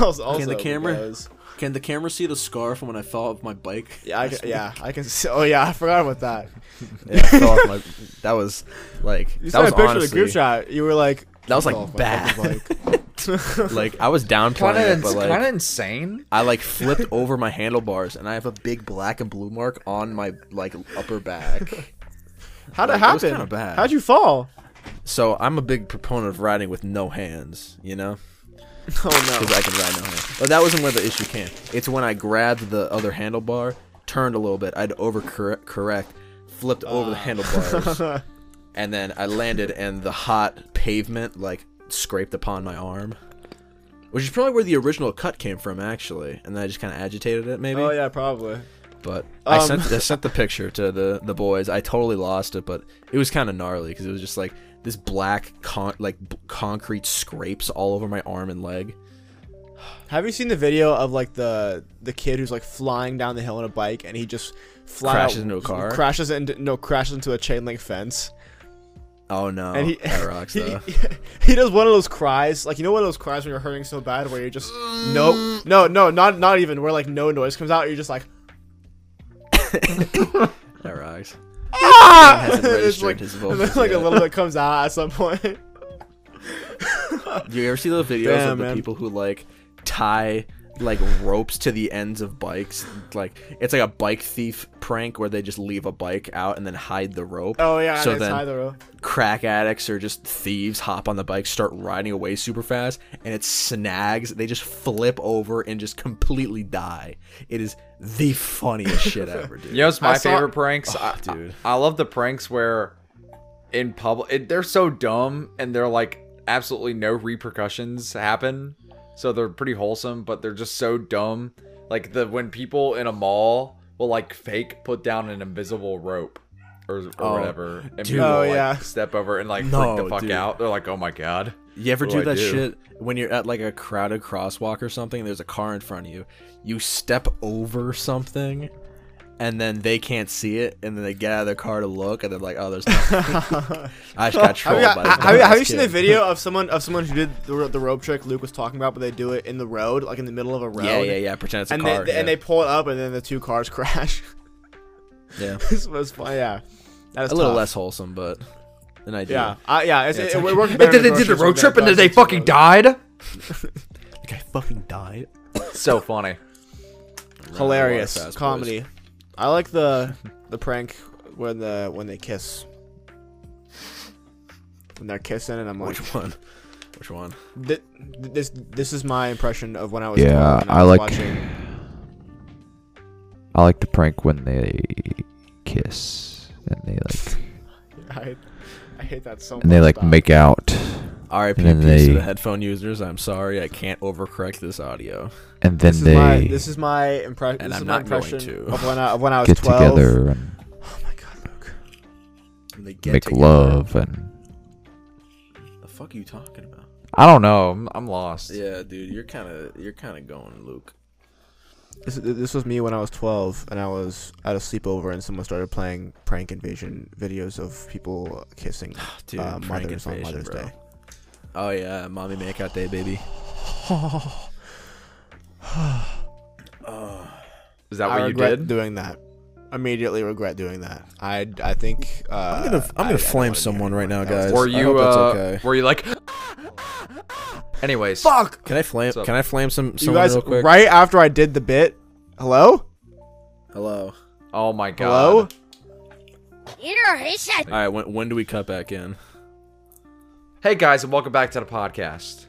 Speaker 2: also, also
Speaker 1: the camera?
Speaker 2: because-
Speaker 1: Can the camera see the scar from when I fell off my bike?
Speaker 2: yeah, I can, yeah, I can. See, oh yeah, I forgot about that.
Speaker 1: yeah I fell off my. That was like
Speaker 2: You
Speaker 1: that
Speaker 2: sent
Speaker 1: was
Speaker 2: a picture
Speaker 1: honestly.
Speaker 2: of the group shot. You were like,
Speaker 1: That was like
Speaker 2: off my
Speaker 1: bad.
Speaker 2: fucking
Speaker 1: like I was down
Speaker 3: Kind
Speaker 1: playing it,
Speaker 3: of
Speaker 1: but like
Speaker 3: kind of insane.
Speaker 1: I like flipped over my handlebars and I have a big black and blue mark on my like upper back.
Speaker 2: How'd it
Speaker 1: Like, it was
Speaker 2: happen?
Speaker 1: kinda bad.
Speaker 2: How'd you fall?
Speaker 1: so I'm a big proponent of riding with no hands, you know?
Speaker 2: Oh
Speaker 1: Because I can ride no hands. But that wasn't where the issue came. It's when I grabbed the other handlebar, turned a little bit, I'd overcorrect, correct, flipped over the
Speaker 2: Ah.
Speaker 1: handlebars,
Speaker 2: no.
Speaker 1: and then I landed and the hot pavement like scraped upon my arm. Which is probably where the original cut came from, actually. And then I just kind of agitated it, maybe.
Speaker 2: oh yeah, probably.
Speaker 1: But I
Speaker 2: Um,
Speaker 1: sent I sent the picture to the the boys. I totally lost it, but it was kind of gnarly because it was just like this black con- like b- concrete scrapes all over my arm and leg.
Speaker 2: Have you seen the video of like the the kid who's like flying down the hill on a bike and he just flat
Speaker 1: Crashes
Speaker 2: out-
Speaker 1: into a car?
Speaker 2: Crashes into no crashes into a chain link fence.
Speaker 1: Oh no,
Speaker 2: and he
Speaker 1: that rocks though.
Speaker 2: He, he does one of those cries, like you know one of those cries when you're hurting so bad, where you're just nope, no, no, not not even where like no noise comes out. You're just like
Speaker 1: that rocks.
Speaker 2: ah,
Speaker 1: hasn't
Speaker 2: It's
Speaker 1: registered
Speaker 2: like,
Speaker 1: his
Speaker 2: and then,
Speaker 1: vocals
Speaker 2: like a
Speaker 1: yet.
Speaker 2: little bit comes out at some point.
Speaker 1: Do you ever see those videos
Speaker 2: Damn,
Speaker 1: of the
Speaker 2: man.
Speaker 1: people who like tie like ropes to the ends of bikes? Like it's like a bike thief prank where they just leave a bike out and then hide the rope.
Speaker 2: Oh yeah,
Speaker 1: So
Speaker 2: and it's
Speaker 1: then
Speaker 2: high the road.
Speaker 1: crack addicts or just thieves hop on the bike, start riding away super fast, and it snags. They just flip over and just completely die. It is the funniest shit ever, dude.
Speaker 3: You know, it's my
Speaker 2: I saw-
Speaker 3: favorite pranks. I,
Speaker 1: dude.
Speaker 3: I, I love the pranks where in public it, they're so dumb and they're like absolutely no repercussions happen. So they're pretty wholesome, but they're just so dumb. Like the when people in a mall will like fake put down an invisible rope or, or
Speaker 1: Oh,
Speaker 3: whatever, and
Speaker 1: dude.
Speaker 3: people
Speaker 2: Oh,
Speaker 3: like,
Speaker 2: yeah.
Speaker 3: step over and like freak
Speaker 1: No,
Speaker 3: the fuck
Speaker 1: dude.
Speaker 3: out. They're like, oh my god.
Speaker 1: You ever
Speaker 2: Oh,
Speaker 1: do
Speaker 3: What do I
Speaker 1: that
Speaker 3: do?
Speaker 1: shit when you're at like a crowded crosswalk or something? There's a car in front of you. You step over something, and then they can't see it, and then they get out of their car to look, and they're like, "Oh, there's nothing." I just got
Speaker 2: Have
Speaker 1: trolled
Speaker 2: you,
Speaker 1: by this
Speaker 2: have, you, have
Speaker 1: dumbass
Speaker 2: you seen
Speaker 1: kid.
Speaker 2: the video of someone of someone who did the, ro- the rope trick Luke was talking about, but they do it in the road, like in the middle of a road?
Speaker 1: Yeah, yeah, yeah. Pretend it's a
Speaker 2: And
Speaker 1: car.
Speaker 2: they,
Speaker 1: yeah.
Speaker 2: and they pull it up, and then the two cars crash.
Speaker 1: Yeah.
Speaker 2: this was fun. Yeah, that is
Speaker 1: a little
Speaker 2: tough.
Speaker 1: less wholesome, but an idea.
Speaker 2: Yeah, uh, yeah, it's, it, it worked.
Speaker 3: And then they did the road trip and then they fucking died.
Speaker 1: Like I fucking died.
Speaker 3: So funny.
Speaker 1: Water fast,
Speaker 2: Hilarious
Speaker 1: boys.
Speaker 2: comedy. I like the the prank when the when they kiss. When they're kissing, and I'm like,
Speaker 1: Which one? Which one?
Speaker 2: th- this this is my impression of when I was.
Speaker 4: Yeah,
Speaker 2: 12 and
Speaker 4: I
Speaker 2: was
Speaker 4: like-
Speaker 2: watching.
Speaker 4: I like the prank when they kiss and they like
Speaker 2: I, I hate that so much.
Speaker 4: and they like
Speaker 2: Bob.
Speaker 4: make out
Speaker 1: R.I.P.
Speaker 4: And then
Speaker 1: peace to
Speaker 4: they-
Speaker 1: the headphone users. I'm sorry, I can't overcorrect this audio.
Speaker 4: and then
Speaker 2: This is
Speaker 4: they
Speaker 2: my this is my impression.
Speaker 1: And
Speaker 2: This
Speaker 1: I'm
Speaker 2: is my
Speaker 1: not going
Speaker 2: impression
Speaker 1: to.
Speaker 2: of when I of when I was
Speaker 4: get
Speaker 2: twelve.
Speaker 4: together and
Speaker 2: Oh my god, Luke.
Speaker 1: And they get
Speaker 4: make
Speaker 1: together.
Speaker 4: love and
Speaker 1: The fuck are you talking about?
Speaker 3: I don't know. I'm, I'm lost.
Speaker 1: Yeah, dude, you're kind of you're kind of going, Luke.
Speaker 2: This, this was me when I was 12, and I was at a sleepover, and someone started playing prank invasion videos of people kissing
Speaker 1: Dude,
Speaker 2: uh,
Speaker 1: prank
Speaker 2: mothers on
Speaker 1: invasion,
Speaker 2: Mother's
Speaker 1: bro.
Speaker 2: Day.
Speaker 1: Oh yeah, mommy makeout day, baby.
Speaker 3: Is
Speaker 2: I
Speaker 3: that what you
Speaker 2: regret
Speaker 3: did?
Speaker 2: doing that. Immediately regret doing that. I I think uh,
Speaker 1: I'm gonna I'm gonna flame someone right now, guys. I
Speaker 3: Were you
Speaker 1: hope that's
Speaker 3: uh,
Speaker 1: okay.
Speaker 3: were you like Anyways,
Speaker 2: fuck
Speaker 1: Can I flame?
Speaker 3: up?
Speaker 1: Can I flame some?
Speaker 2: you
Speaker 1: Someone
Speaker 2: guys
Speaker 1: real quick?
Speaker 2: right after I did the bit. Hello,
Speaker 1: Hello.
Speaker 3: oh my
Speaker 2: hello.
Speaker 3: god.
Speaker 5: Eater, his head.
Speaker 1: All right. When when do we cut back in?
Speaker 3: Hey guys, and welcome back to the podcast.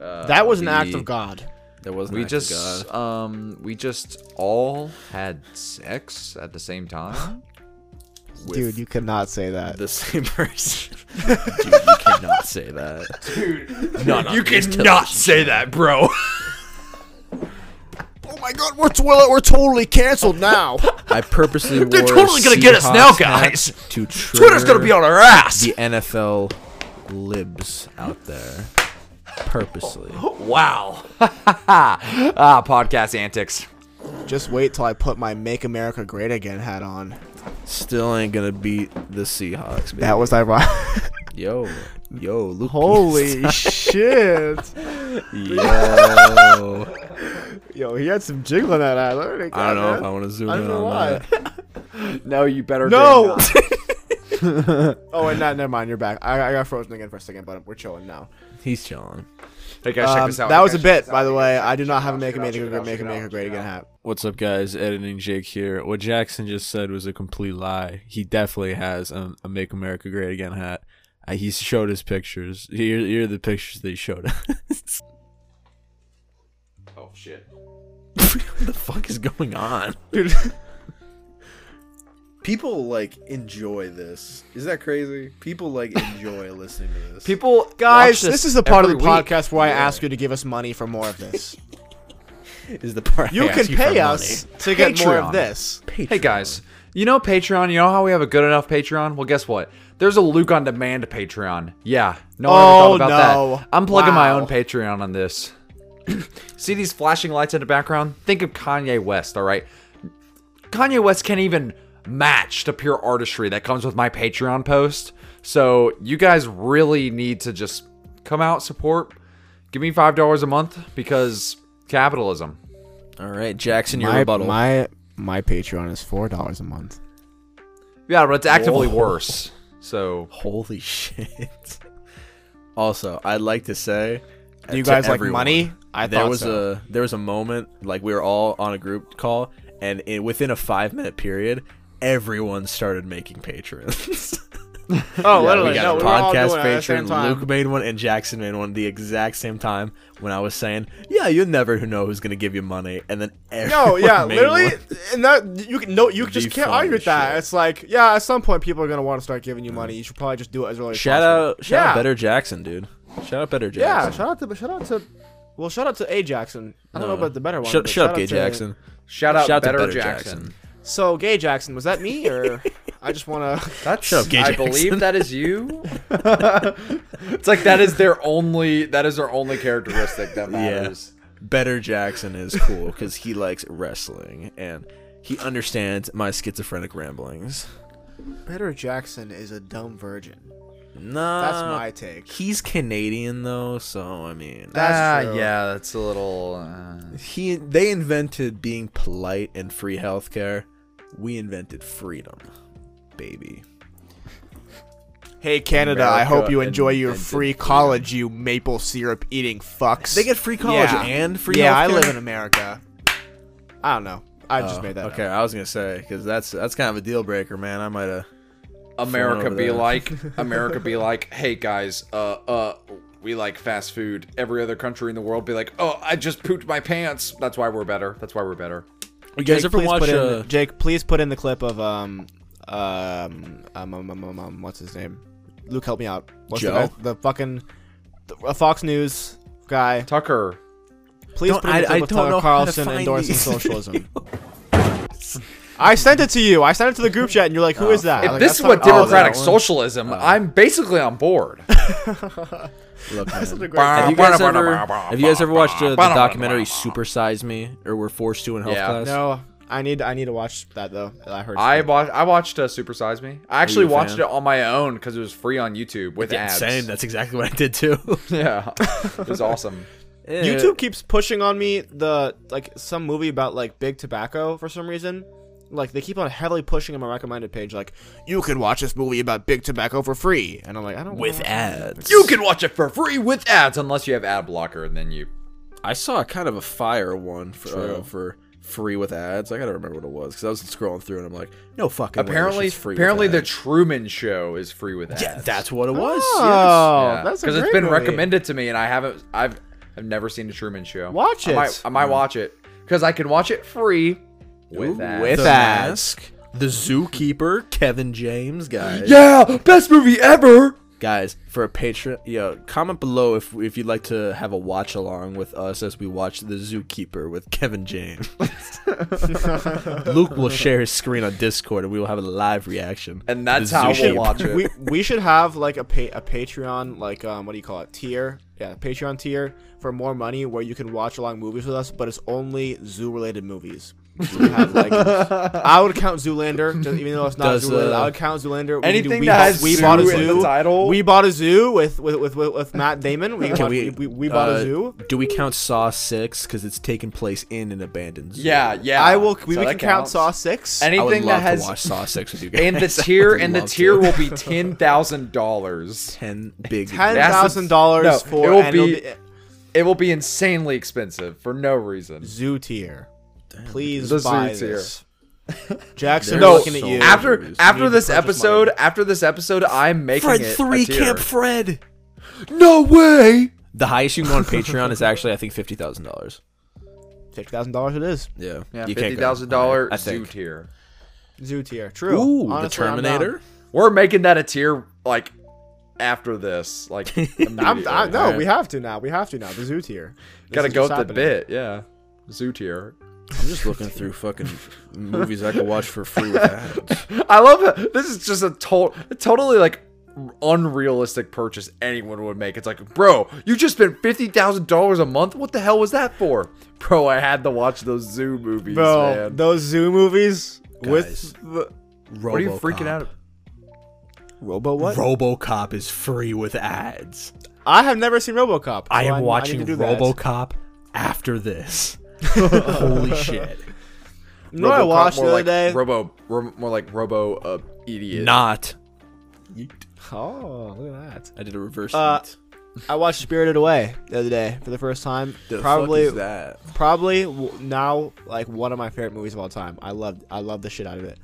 Speaker 3: Uh,
Speaker 2: That was an
Speaker 3: we-
Speaker 2: act of God.
Speaker 1: There wasn't.
Speaker 3: We
Speaker 1: actually
Speaker 3: just
Speaker 1: God.
Speaker 3: um we just all had sex at the same time.
Speaker 1: with
Speaker 2: Dude, you cannot say that.
Speaker 1: the same person. Dude, you cannot say that. Dude, not on these television shows.
Speaker 3: that, bro.
Speaker 2: oh my God, we're tw- we're totally canceled now.
Speaker 1: I purposely wore
Speaker 3: They're totally gonna get us now, guys.
Speaker 1: To Twitter's
Speaker 3: our ass.
Speaker 1: the NFL libs out there. Purposely.
Speaker 3: Wow. ah, podcast antics.
Speaker 2: Just wait till I put my "Make America Great Again" hat on.
Speaker 1: Still ain't gonna beat the Seahawks, baby.
Speaker 2: That was ironic.
Speaker 1: yo, yo, Luke.
Speaker 2: Holy shit!
Speaker 1: yo.
Speaker 2: Yo, he had some jiggle in that eye. Look at that,
Speaker 1: I don't know if
Speaker 2: man.
Speaker 1: I want to zoom
Speaker 2: I don't
Speaker 1: in on
Speaker 2: know why.
Speaker 1: that.
Speaker 3: No, you better
Speaker 2: No. Oh, and not, never mind. You're back. I, I got frozen again for a second, but we're chilling now.
Speaker 1: He's chilling.
Speaker 3: Hey guys, check
Speaker 2: Um,
Speaker 3: this out.
Speaker 2: that
Speaker 3: Hey,
Speaker 2: was a
Speaker 3: guys, check
Speaker 2: bit,
Speaker 3: this
Speaker 2: by
Speaker 3: out.
Speaker 2: the
Speaker 3: Hey,
Speaker 2: way.
Speaker 3: guys,
Speaker 2: I do
Speaker 3: check
Speaker 2: not
Speaker 3: it
Speaker 2: have a
Speaker 3: out,
Speaker 2: make
Speaker 3: check
Speaker 2: a
Speaker 3: it
Speaker 2: make a
Speaker 3: out,
Speaker 2: great
Speaker 3: check
Speaker 2: make
Speaker 3: it
Speaker 2: a
Speaker 3: out,
Speaker 2: make
Speaker 3: check
Speaker 2: a
Speaker 3: it
Speaker 2: great
Speaker 3: out.
Speaker 2: again happen.
Speaker 6: What's up, guys? Editing Jake here. What Jackson just said was a complete lie. He definitely has a, a "Make America Great Again" hat. Uh, he showed his pictures. Here, here are the pictures that he showed us.
Speaker 3: Oh shit.
Speaker 1: What the fuck is going on? People like enjoy this. Is that crazy? People like enjoy listening to this.
Speaker 3: People,
Speaker 2: Guys, this, is the part of the
Speaker 3: every week.
Speaker 2: podcast where I ask you to give us money for more of this.
Speaker 1: is the part
Speaker 2: you can pay us to get more
Speaker 3: Patreon.
Speaker 2: of this.
Speaker 3: Hey guys, you know Patreon? You know how we have a good enough Patreon? Well, guess what? There's a Luke on Demand Patreon. Yeah, no one
Speaker 2: Oh,
Speaker 3: ever thought about
Speaker 2: no.
Speaker 3: that. I'm plugging my
Speaker 2: Wow.
Speaker 3: own Patreon on this. See these flashing lights in the background? Think of Kanye West, all right? Kanye West can't even match the pure artistry that comes with my Patreon post. So you guys really need to just come out, support, give me five dollars a month because capitalism.
Speaker 1: All right, Jackson, your rebuttal.
Speaker 2: my my Patreon is four dollars a month.
Speaker 3: Yeah, but it's actively
Speaker 1: Whoa.
Speaker 3: worse. So
Speaker 1: Holy shit. Also, I'd like to say
Speaker 2: Do you
Speaker 1: to
Speaker 2: guys like
Speaker 1: everyone,
Speaker 2: money? I
Speaker 1: there
Speaker 2: thought
Speaker 1: was
Speaker 2: so.
Speaker 1: a there was a moment like we were all on a group call and it, within a 5 minute period everyone started making patrons.
Speaker 2: Oh,
Speaker 1: we
Speaker 2: literally,
Speaker 1: got
Speaker 2: no,
Speaker 1: a
Speaker 2: we were all doing
Speaker 1: podcast
Speaker 2: it at the same
Speaker 1: patron.
Speaker 2: time.
Speaker 1: Luke made one and Jackson made one at the exact same time when I was saying, "Yeah, you never know who's going to give you money." And then everyone
Speaker 2: No, yeah,
Speaker 1: made
Speaker 2: literally,
Speaker 1: one.
Speaker 2: and that you can no, you just
Speaker 1: The
Speaker 2: can't argue with
Speaker 1: funniest
Speaker 2: that.
Speaker 1: shit.
Speaker 2: It's like, yeah, at some point people are gonna want to start giving you money. You should probably just do it as early. as
Speaker 1: Shout
Speaker 2: possible.
Speaker 1: out shout
Speaker 2: Yeah.
Speaker 1: out better Jackson, dude. Shout out better
Speaker 2: Yeah,
Speaker 1: Jackson.
Speaker 2: shout out to shout out to, well, shout out to a Jackson. I don't know about the better one.
Speaker 1: Shut,
Speaker 2: but
Speaker 1: shut up,
Speaker 2: out
Speaker 1: Gay
Speaker 2: to-
Speaker 1: Jackson.
Speaker 3: Shout out,
Speaker 1: Shout out to
Speaker 3: Better,
Speaker 1: Better
Speaker 3: Jackson.
Speaker 1: Jackson.
Speaker 2: So, gay Jackson, was that me or I just wanna?
Speaker 3: That's
Speaker 1: Shut up, Gay
Speaker 3: I
Speaker 1: Jackson.
Speaker 3: believe that is you. it's like that is their only that is their only characteristic that matters.
Speaker 1: Better Jackson is cool because he likes wrestling and he understands my schizophrenic ramblings.
Speaker 2: Better Jackson is a dumb virgin.
Speaker 1: Nah,
Speaker 2: That's my take.
Speaker 1: He's Canadian though, so I mean,
Speaker 2: That's
Speaker 3: ah,
Speaker 2: true.
Speaker 3: yeah, that's a little. Uh,
Speaker 1: he they invented being polite and free healthcare. We invented freedom, baby.
Speaker 2: Hey Canada, I hope you
Speaker 3: America
Speaker 2: enjoy your
Speaker 3: invented
Speaker 2: free
Speaker 3: freedom.
Speaker 2: college, you maple syrup eating fucks.
Speaker 1: They get free college
Speaker 2: Yeah.
Speaker 1: and free.
Speaker 2: Yeah, I
Speaker 1: healthcare?
Speaker 2: live in America. I don't know. I just made that. up.
Speaker 1: Oh, Okay, I was gonna say because that's that's kind of a deal breaker, man. I might have.
Speaker 3: uh, America
Speaker 1: over
Speaker 3: be
Speaker 1: there.
Speaker 3: like America be like, hey guys, uh, uh, we like fast food. Every other country in the world be like, oh, I just pooped my pants. That's why we're better. That's why we're better.
Speaker 1: You guys ever
Speaker 2: please
Speaker 1: watch?
Speaker 2: put in,
Speaker 1: Uh,
Speaker 2: Jake, please put in the clip of um um um, um, um, um, um, what's his name? Luke, help me out. What's
Speaker 1: Joe?
Speaker 2: The, guy- the fucking the, uh, Fox News guy.
Speaker 3: Tucker,
Speaker 2: Please
Speaker 1: Don't-
Speaker 2: put in the
Speaker 1: I- I
Speaker 2: clip of
Speaker 1: don't know
Speaker 2: Tucker
Speaker 1: how to
Speaker 2: Carlson
Speaker 1: find
Speaker 2: endorsing
Speaker 1: these.
Speaker 2: socialism. I sent it to you. I sent it to the group chat, and you're like,
Speaker 1: Oh,
Speaker 2: "Who is that?"
Speaker 3: if
Speaker 2: Like,
Speaker 3: this
Speaker 2: that's
Speaker 3: is what
Speaker 2: not- oh, that
Speaker 3: democratic
Speaker 2: one.
Speaker 3: socialism, I'm basically on board.
Speaker 1: look, man.
Speaker 2: That's a great-
Speaker 1: Have you guys ever, have you guys ever watched uh, the documentary Super Size Me or We're Forced to in Health
Speaker 3: Yeah.
Speaker 1: Class?
Speaker 2: No, I need I need to watch that though. I heard.
Speaker 3: I watched. I watched uh, Super Size Me. I actually
Speaker 1: you a
Speaker 3: watched
Speaker 1: fan?
Speaker 3: it on my own because it was free on YouTube with
Speaker 1: Yeah,
Speaker 3: ads.
Speaker 1: same. That's exactly what I did too.
Speaker 3: yeah, it was awesome.
Speaker 2: YouTube keeps pushing on me the like some movie about like big tobacco for some reason. Like they keep on heavily pushing on my recommended page. Like you can watch this movie about big tobacco for free, and I'm like, I don't
Speaker 1: with
Speaker 2: wanna-
Speaker 1: ads.
Speaker 3: You can watch it for free with ads unless you have ad blocker, and then you.
Speaker 1: I saw kind of a fire one for uh,
Speaker 3: True.
Speaker 1: for free with ads. I gotta remember what it was because I was scrolling through and I'm like, no fucking. way, this
Speaker 3: Apparently,
Speaker 1: shit's free
Speaker 3: apparently
Speaker 1: with
Speaker 3: the
Speaker 1: ads.
Speaker 3: Truman Show is free with ads.
Speaker 1: yeah, that's what it was. yes.
Speaker 2: Oh, that's a
Speaker 3: because it's
Speaker 2: great
Speaker 3: been
Speaker 2: movie.
Speaker 3: recommended to me, and I haven't. I've I've never seen the Truman Show.
Speaker 2: Watch
Speaker 3: I
Speaker 2: it.
Speaker 3: might, I might watch it because I can watch it free with
Speaker 1: Ooh,
Speaker 3: ads.
Speaker 1: the
Speaker 2: With ads.
Speaker 1: mask, the zookeeper, Kevin James, guys.
Speaker 3: yeah, best movie ever.
Speaker 1: guys for a patron yo comment below if if you'd like to have a watch along with us as we watch the zookeeper with kevin james luke will share his screen on discord and we will have a live reaction
Speaker 3: And
Speaker 1: to
Speaker 3: that's
Speaker 1: The
Speaker 3: how
Speaker 1: Zookeeper.
Speaker 3: we'll watch it.
Speaker 2: We we should have like a pa- a Patreon like um what do you call it tier Yeah, Patreon tier for more money where you can watch along movies with us, but it's only zoo related movies. We have, like, I would count Zoolander, just, even though it's not
Speaker 1: Does,
Speaker 2: zoo related.
Speaker 1: uh,
Speaker 2: I would count Zoolander. We can do
Speaker 3: Anything
Speaker 2: we
Speaker 3: that
Speaker 2: Bought-
Speaker 3: has
Speaker 2: we
Speaker 3: zoo
Speaker 2: bought a
Speaker 3: in the
Speaker 2: zoo.
Speaker 3: title?
Speaker 2: We bought a zoo with with with, with, with Matt Damon. We,
Speaker 1: Can
Speaker 2: bought, we, we, bought
Speaker 1: uh,
Speaker 2: a zoo.
Speaker 1: Do we count Saw Six because it's taking place in an abandoned zoo?
Speaker 3: yeah, yeah.
Speaker 2: I will. We,
Speaker 3: So
Speaker 2: we
Speaker 3: that
Speaker 2: can count
Speaker 3: counts.
Speaker 2: Saw Six.
Speaker 1: I would
Speaker 3: Anything
Speaker 1: love
Speaker 3: that has
Speaker 1: to watch Saw Six with you guys.
Speaker 3: and the
Speaker 1: I
Speaker 3: tier
Speaker 1: would
Speaker 3: and the
Speaker 1: love
Speaker 3: tier
Speaker 1: to.
Speaker 3: will be ten thousand dollars.
Speaker 1: ten big.
Speaker 2: Ten
Speaker 3: That's-
Speaker 2: thousand dollars
Speaker 3: no,
Speaker 2: for
Speaker 3: it'll
Speaker 2: and it'll
Speaker 3: be- It will be insanely expensive for no reason.
Speaker 2: zoo tier. Please
Speaker 3: The zoo
Speaker 2: buy
Speaker 3: tier.
Speaker 2: this. Jackson,
Speaker 1: There's
Speaker 2: we're looking at
Speaker 1: so
Speaker 2: you.
Speaker 1: many
Speaker 3: After
Speaker 1: movies.
Speaker 3: after
Speaker 2: Need to
Speaker 3: this
Speaker 2: purchase
Speaker 3: episode,
Speaker 2: money.
Speaker 3: after this episode, I'm making
Speaker 1: Fred
Speaker 3: it a
Speaker 1: Three
Speaker 3: tier.
Speaker 1: Camp Fred.
Speaker 3: No way.
Speaker 1: The highest you can go on Patreon is actually I think fifty thousand dollars.
Speaker 2: fifty thousand dollars, it is
Speaker 1: Yeah, You
Speaker 3: Yeah, fifty
Speaker 1: can't go
Speaker 3: thousand
Speaker 1: higher,
Speaker 3: dollar
Speaker 1: I
Speaker 3: zoo
Speaker 1: think.
Speaker 3: tier.
Speaker 2: zoo tier. True.
Speaker 1: Ooh, the
Speaker 2: Honestly, I'm down.
Speaker 1: Terminator.
Speaker 3: We're making that a tier like after this. Like
Speaker 2: I'm,
Speaker 3: immediately.
Speaker 2: I, no,
Speaker 1: Alright.
Speaker 2: we have to now. We have to now. The zoo tier. This
Speaker 3: gotta
Speaker 2: is
Speaker 3: go with
Speaker 2: what's happening.
Speaker 3: the bit. Yeah, zoo tier.
Speaker 1: I'm just looking through fucking movies I could watch for free with ads.
Speaker 3: I love it. This is just a total, totally like unrealistic purchase anyone would make. It's like, bro, you just spent fifty thousand dollars a month. What the hell was that for, bro? I had to watch those zoo movies,
Speaker 2: Bro,
Speaker 3: man.
Speaker 2: those zoo movies
Speaker 1: Guys.
Speaker 2: with the
Speaker 3: what are you freaking out? about?
Speaker 2: Robo what?
Speaker 1: RoboCop is free with ads.
Speaker 2: I have never seen RoboCop.
Speaker 1: I
Speaker 2: so
Speaker 1: am
Speaker 2: need
Speaker 1: watching
Speaker 2: to do that.
Speaker 1: RoboCop after this. Holy shit!
Speaker 2: You know what I
Speaker 3: RoboCop,
Speaker 2: watched the
Speaker 3: more
Speaker 2: other
Speaker 3: like
Speaker 2: day?
Speaker 3: Robo, ro- more like Robo, uh, idiot.
Speaker 1: Not.
Speaker 2: oh, look at that.
Speaker 1: I did a reverse.
Speaker 2: Uh,
Speaker 1: yeet.
Speaker 2: I watched Spirited Away the other day for the first time.
Speaker 1: The fuck
Speaker 2: probably,
Speaker 1: is that.
Speaker 2: probably w- now like one of my favorite movies of all time. I loved, I love the shit out of it.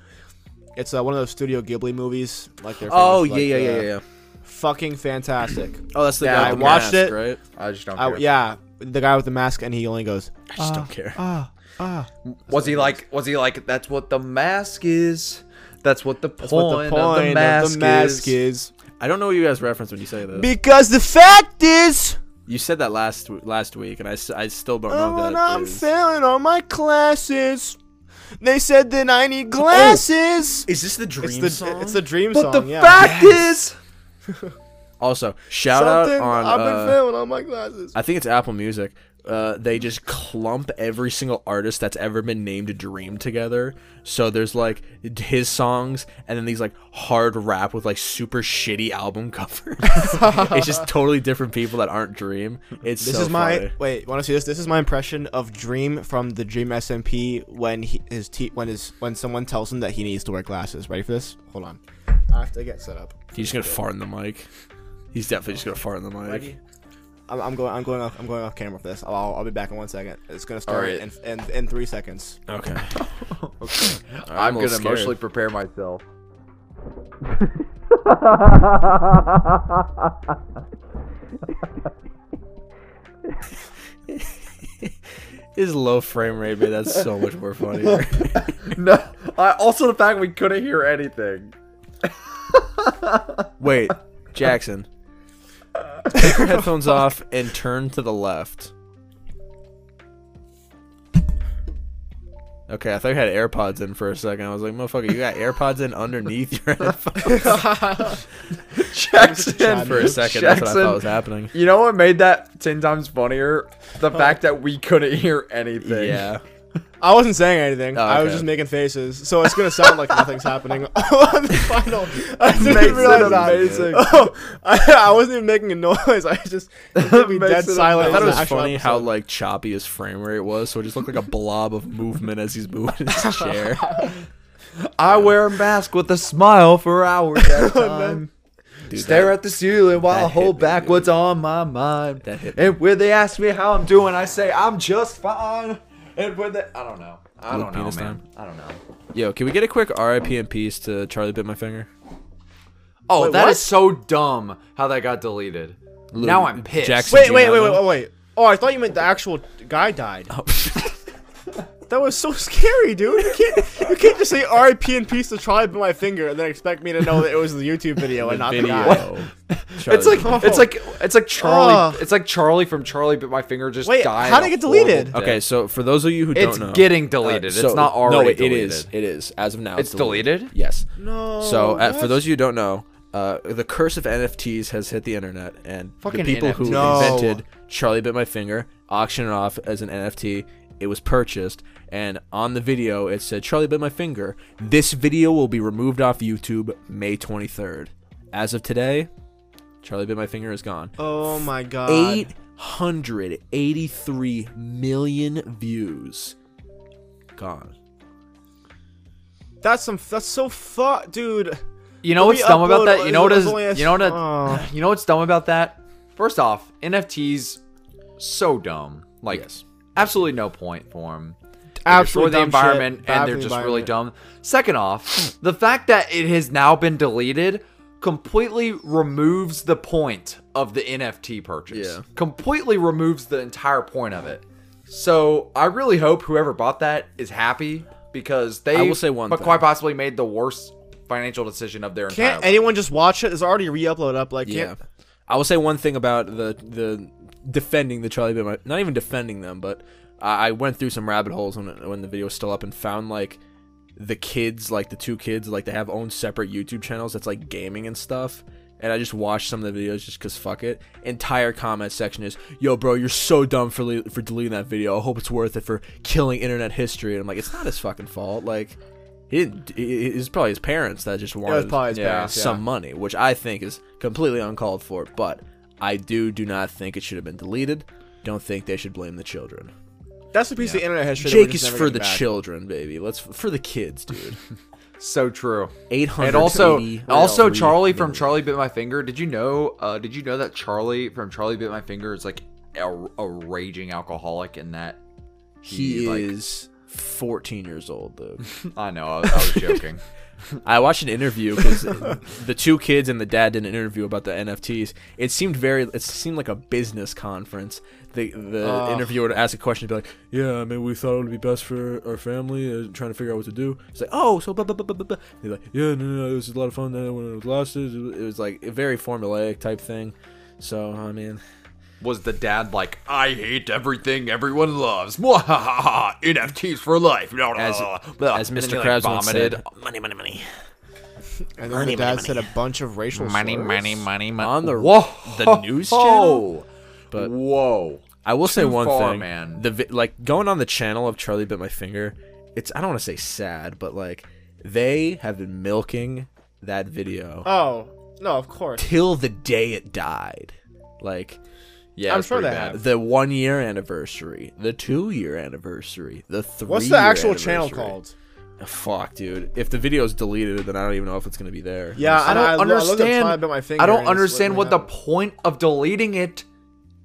Speaker 2: It's uh, one of those Studio Ghibli movies, like their
Speaker 1: Oh
Speaker 2: famous,
Speaker 1: yeah, yeah,
Speaker 2: like,
Speaker 1: yeah,
Speaker 2: uh,
Speaker 1: yeah, yeah.
Speaker 2: fucking fantastic.
Speaker 1: Oh, that's the
Speaker 3: Yeah,
Speaker 1: guy.
Speaker 3: I
Speaker 1: with the
Speaker 2: watched
Speaker 1: mask,
Speaker 2: it.
Speaker 1: Right.
Speaker 3: I just don't care.
Speaker 2: I, yeah, the guy with the mask, and he only goes,
Speaker 1: I just
Speaker 3: Uh,
Speaker 1: don't care.
Speaker 2: ah, ah.
Speaker 3: Was he like? Was he like? That's what the mask is. That's what the point,
Speaker 2: That's what the point
Speaker 3: of the mask, is.
Speaker 1: I don't know what you guys reference when you say that.
Speaker 2: Because the fact is,
Speaker 1: you said that last w- last week, and I, s- I still don't know
Speaker 2: oh,
Speaker 1: what
Speaker 2: when
Speaker 1: that
Speaker 2: I'm
Speaker 1: is.
Speaker 2: failing all my classes, they said that I need glasses.
Speaker 1: Is this the Oh. dream
Speaker 2: it's the
Speaker 1: song?
Speaker 2: it's the dream song.
Speaker 3: But the
Speaker 2: yeah.
Speaker 3: fact is,
Speaker 1: also shout
Speaker 2: Something,
Speaker 1: out on.
Speaker 2: I've been
Speaker 1: uh,
Speaker 2: failing all my glasses.
Speaker 1: I think it's Apple Music. Uh, they just clump every single artist that's ever been named Dream together. So there's like d- his songs, and then these like hard rap with like super shitty album covers. it's just totally different people that aren't Dream. It's
Speaker 2: This
Speaker 1: so
Speaker 2: is my
Speaker 1: funny.
Speaker 2: wait. Want to see this? This is my impression of Dream from the Dream SMP when he, his te- when his when someone tells him that he needs to wear glasses. Ready for this? Hold on. I have to get set up.
Speaker 1: He's just gonna fart in the mic. He's definitely just gonna fart in the mic.
Speaker 2: I'm, I'm going. I'm going off. I'm going off camera for this. I'll, I'll be back in one second. It's gonna start
Speaker 3: Alright.
Speaker 2: in, in in three seconds.
Speaker 1: Okay.
Speaker 3: I'm,
Speaker 1: a
Speaker 3: gonna
Speaker 1: little scared.
Speaker 3: emotionally prepare myself.
Speaker 1: His low frame rate, man. That's so much more funnier.
Speaker 3: No, I, also the fact we couldn't hear anything.
Speaker 1: Wait, Jackson. Take your headphones
Speaker 2: Oh,
Speaker 1: off and turn to the left. Okay, I thought you had AirPods in for a second. I was like, motherfucker, you got AirPods in underneath your headphones
Speaker 3: Jackson
Speaker 1: for a second. That's what I thought was happening.
Speaker 3: You know what made that ten times funnier? The fact that we couldn't hear anything.
Speaker 1: Yeah.
Speaker 2: I wasn't saying anything.
Speaker 1: Oh,
Speaker 2: I was
Speaker 1: okay.
Speaker 2: just making faces. So it's gonna sound like nothing's happening on the final. I didn't
Speaker 3: Makes it
Speaker 2: realize that.
Speaker 3: amazing.
Speaker 2: Oh, I, I wasn't even making a noise. I just it would be
Speaker 3: Makes
Speaker 2: dead
Speaker 3: it
Speaker 2: silent.
Speaker 1: I thought it
Speaker 2: on the
Speaker 1: was
Speaker 2: actual
Speaker 1: funny how
Speaker 2: episode.
Speaker 1: like choppy his frame rate was, so it just looked like a blob of movement as he's moving his chair.
Speaker 3: I wear a mask with a smile for hours at a time.
Speaker 1: Dude,
Speaker 3: Stare
Speaker 1: that-
Speaker 3: at the ceiling while I
Speaker 1: that hit
Speaker 3: hold
Speaker 1: me,
Speaker 3: back
Speaker 1: dude.
Speaker 3: what's on my mind.
Speaker 1: That hit me.
Speaker 3: and when they ask me how I'm doing, I say I'm just fine. And when they, I don't know. I
Speaker 1: Little
Speaker 3: don't know, man.
Speaker 1: penis
Speaker 3: I don't know.
Speaker 1: Yo, can we get a quick RIP and peace to Charlie bit my finger?
Speaker 3: Oh, that
Speaker 2: Wait, what?
Speaker 3: is so dumb how that got deleted. now I'm pissed.
Speaker 1: Jackson-
Speaker 2: Wait,
Speaker 1: Do
Speaker 2: wait,
Speaker 1: you
Speaker 2: wait,
Speaker 1: know
Speaker 2: wait, wait, wait. Oh, I thought you meant the actual guy died.
Speaker 1: Oh.
Speaker 2: That was so scary, dude. You can't, you can't just say R.I.P. and peace to tribe in my finger and then expect me to know that it was the YouTube video and not the guy.
Speaker 1: Charlie
Speaker 3: It's like
Speaker 1: Bit My
Speaker 3: it's like it's like Charlie.
Speaker 2: Ugh.
Speaker 3: It's like Charlie from Charlie, but my finger just
Speaker 2: Oh. Wait,
Speaker 3: died.
Speaker 2: how'd it
Speaker 3: a
Speaker 2: get deleted?
Speaker 3: horrible
Speaker 1: Okay,
Speaker 3: death.
Speaker 1: so for those of you who
Speaker 3: It's
Speaker 1: don't know, Uh,
Speaker 3: getting deleted. It's not already
Speaker 1: No, it- it
Speaker 3: deleted.
Speaker 1: is. It is as of now.
Speaker 3: It's deleted?
Speaker 1: Yes.
Speaker 2: No.
Speaker 1: so uh, for
Speaker 2: what?
Speaker 1: those of you who don't know,
Speaker 6: uh, the curse of NFTs has hit the internet, and
Speaker 3: Fucking
Speaker 6: the people who
Speaker 3: NFTs.
Speaker 2: No.
Speaker 6: invented Charlie Bit My Finger auctioned it off as an NFT. It was purchased, and on the video it said, "Charlie Bit My Finger." This video will be removed off YouTube May 23rd. As of today, Charlie Bit My Finger is gone.
Speaker 2: Oh my god.
Speaker 6: 883 million views. Gone.
Speaker 2: That's some. That's so fuck, dude.
Speaker 3: You know what's dumb about that? You know what is? You know what?
Speaker 2: Oh.
Speaker 3: You know what's dumb about that? First off, NFTs so dumb. Like,
Speaker 6: Yes.
Speaker 3: absolutely no point for them.
Speaker 2: Absolutely
Speaker 3: for the
Speaker 2: dumb shit. Bad
Speaker 3: environment,
Speaker 2: for
Speaker 3: and they're
Speaker 2: the
Speaker 3: just really
Speaker 2: environment. Hmm.
Speaker 3: dumb. Second off, the fact that it has now been deleted completely removes the point of the NFT purchase.
Speaker 6: Yeah.
Speaker 3: Completely removes the entire point of it. So I really hope whoever bought that is happy because they
Speaker 6: I will say one
Speaker 3: but
Speaker 6: thing.
Speaker 3: quite possibly made the worst financial decision of their entire
Speaker 2: Can't
Speaker 3: life.
Speaker 2: anyone just watch it? It's already re-uploaded up. Like,
Speaker 6: Yeah.
Speaker 2: yeah.
Speaker 6: I will say one thing about the the defending the Charlie Bit. My, not even defending them, but I, I went through some rabbit holes when when the video was still up and found like the kids, like the two kids, like they have own separate YouTube channels that's like gaming and stuff. And I just watched some of the videos just cause fuck it. Entire comment section is, "Yo, bro, you're so dumb for le- for deleting that video. I hope it's worth it for killing internet history." And I'm like, it's not his fucking fault. Like, he didn't. It, it's probably his parents that just wanted
Speaker 2: was probably his
Speaker 6: yeah,
Speaker 2: parents, yeah.
Speaker 6: some money, which I think is completely uncalled for. But I do do not think it should have been deleted. Don't think they should blame the children.
Speaker 2: That's a piece of internet history. that we're
Speaker 6: Jake
Speaker 2: just
Speaker 6: is
Speaker 2: never
Speaker 6: for
Speaker 2: getting
Speaker 6: the
Speaker 2: back.
Speaker 6: children, baby. Let's for the kids, dude.
Speaker 3: So true.
Speaker 6: Eight hundred.
Speaker 3: And
Speaker 2: E.
Speaker 3: also, also
Speaker 6: E.
Speaker 3: Charlie from Charlie Bit My Finger. Did you know? Uh, did you know that Charlie from Charlie Bit My Finger is like a, a raging alcoholic, and that
Speaker 6: He
Speaker 3: like-
Speaker 6: is 14 years old, though.
Speaker 3: I know. I was, I was joking.
Speaker 6: I watched an interview because the two kids and the dad did an interview about the NFTs. It seemed very, it seemed like a business conference. The the
Speaker 3: Ah.
Speaker 6: interviewer would ask a question, be like,
Speaker 7: Yeah, I mean, we thought it would be best for our family, uh, trying to figure out what to do.
Speaker 6: "It's like, oh, so blah blah blah blah blah." blah." They're like,
Speaker 7: Yeah, no, no, it was a lot of fun uh, when it lasted.
Speaker 6: it was like a very formulaic type thing. So I mean,
Speaker 3: Was the dad like, I hate everything everyone loves. Mwahaha, NFTs for life. Blah, blah,
Speaker 6: as
Speaker 3: blah, blah.
Speaker 6: as
Speaker 3: Uh, And then
Speaker 6: Mr.
Speaker 3: he, like,
Speaker 6: Krabs once
Speaker 3: vomited.
Speaker 6: said, money, money, money.
Speaker 2: And then the dad said a bunch of racial
Speaker 3: money,
Speaker 2: slurs.
Speaker 3: money, money, money.
Speaker 6: On the-
Speaker 3: Whoa.
Speaker 6: the news channel? But-
Speaker 3: whoa.
Speaker 6: I will say
Speaker 3: Too
Speaker 6: one
Speaker 3: far,
Speaker 6: thing,
Speaker 3: man.
Speaker 6: The vi- like going on the channel of Charlie bit my finger. It's I don't want to say sad, but like they have been milking that video
Speaker 2: Oh no, of course.
Speaker 6: till the day it died. Like
Speaker 3: Yeah,
Speaker 2: I'm
Speaker 3: it was
Speaker 2: sure
Speaker 3: pretty
Speaker 2: they
Speaker 3: bad.
Speaker 6: the one year anniversary, the two year anniversary, the three.
Speaker 2: What's the actual channel called?
Speaker 6: Fuck, dude. If the video's deleted, then I don't even know if it's gonna be there.
Speaker 2: Yeah,
Speaker 3: I don't understand.
Speaker 2: I,
Speaker 3: I,
Speaker 2: looked at my finger
Speaker 3: don't
Speaker 2: and it's
Speaker 3: understand what
Speaker 2: literally
Speaker 3: the
Speaker 2: not-
Speaker 3: point of deleting it.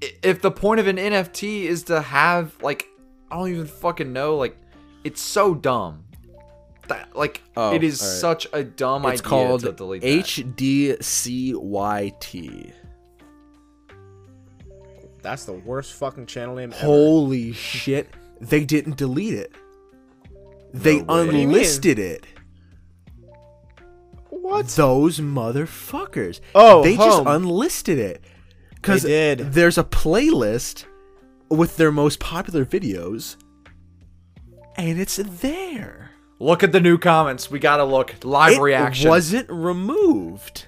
Speaker 3: i- If the point of an NFT is to have like, I don't even fucking know. Like, it's so dumb. That like,
Speaker 6: Oh,
Speaker 3: it is
Speaker 6: all right.
Speaker 3: such a dumb
Speaker 6: it's
Speaker 3: idea
Speaker 6: called
Speaker 3: to delete. that.
Speaker 6: HDCYT.
Speaker 2: That's the worst fucking channel name ever.
Speaker 6: Holy shit. They didn't delete it. They
Speaker 3: way. What
Speaker 2: do you mean?
Speaker 6: unlisted it.
Speaker 2: What?
Speaker 6: Those motherfuckers.
Speaker 2: Oh,
Speaker 6: they just
Speaker 2: home.
Speaker 6: unlisted it. Cuz
Speaker 2: They did.
Speaker 6: there's a playlist with their most popular videos and it's there.
Speaker 3: Look at the new comments. We gotta look live
Speaker 6: it
Speaker 3: reaction.
Speaker 6: wasn't removed.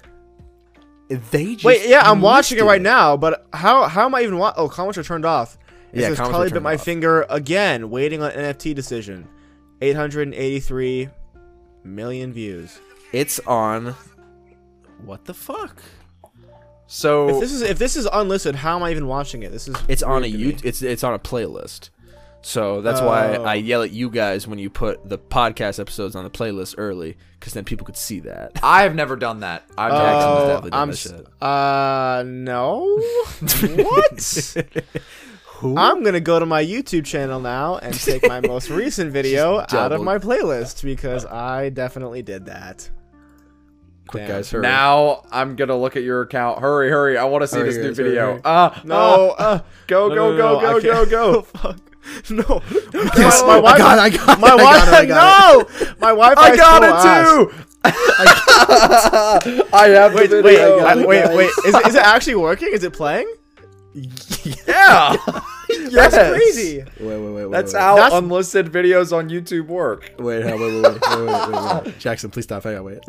Speaker 6: They just
Speaker 2: Wait, yeah, I'm watching it
Speaker 6: unlisted
Speaker 2: right now, but how how am I even wa- Oh, comments are turned off. It
Speaker 6: Yeah,
Speaker 2: says
Speaker 6: comments are
Speaker 2: Charlie bit
Speaker 6: turned
Speaker 2: my
Speaker 6: off.
Speaker 2: finger again, waiting on NFT decision. 883 million views.
Speaker 6: It's on What the fuck?
Speaker 3: so
Speaker 2: If this is if this is unlisted, how am I even watching it? This is
Speaker 6: it's on a
Speaker 2: weird to
Speaker 6: you
Speaker 2: me.
Speaker 6: it's it's on a playlist so that's why
Speaker 2: Oh.
Speaker 6: i yell at you guys when you put the podcast episodes on the playlist early because then people could see that
Speaker 3: I have never done that. I've
Speaker 6: Jackson's
Speaker 2: Oh,
Speaker 6: definitely done
Speaker 2: I'm
Speaker 6: that
Speaker 2: s- Uh,
Speaker 6: shit.
Speaker 2: no. what? I'm gonna go to my YouTube channel now and take my most recent video out of
Speaker 6: doubled.
Speaker 2: my playlist because I definitely did that.
Speaker 6: quick
Speaker 2: Damn.
Speaker 6: guys hurry
Speaker 3: now I'm gonna look at your account. Hurry, hurry! I want to see
Speaker 6: Hurry,
Speaker 3: this new
Speaker 6: guys, hurry,
Speaker 3: video.
Speaker 6: hurry.
Speaker 3: Uh,
Speaker 2: No,
Speaker 3: uh, go,
Speaker 2: no, no,
Speaker 3: go,
Speaker 2: no,
Speaker 3: go,
Speaker 2: I
Speaker 3: go,
Speaker 2: can't.
Speaker 3: go, go!
Speaker 2: Fuck. No.
Speaker 6: Yes,
Speaker 3: Oh
Speaker 2: my, my
Speaker 6: I
Speaker 2: wife.
Speaker 6: got it, I got it,
Speaker 2: my
Speaker 6: I
Speaker 2: wife.
Speaker 6: got it, I got
Speaker 2: no. My wife.
Speaker 3: I got it too. I have the
Speaker 2: Wait,
Speaker 3: video.
Speaker 2: wait, wait, wait, wait. Is it, is it actually working? Is it playing?
Speaker 3: Yeah. yes.
Speaker 2: That's crazy.
Speaker 6: wait wait wait, wait
Speaker 3: That's
Speaker 6: wait,
Speaker 3: how
Speaker 2: That's-
Speaker 3: unlisted videos on YouTube work.
Speaker 6: wait, wait, wait, wait, wait, wait, wait, wait, wait, wait. jackson please stop hang on wait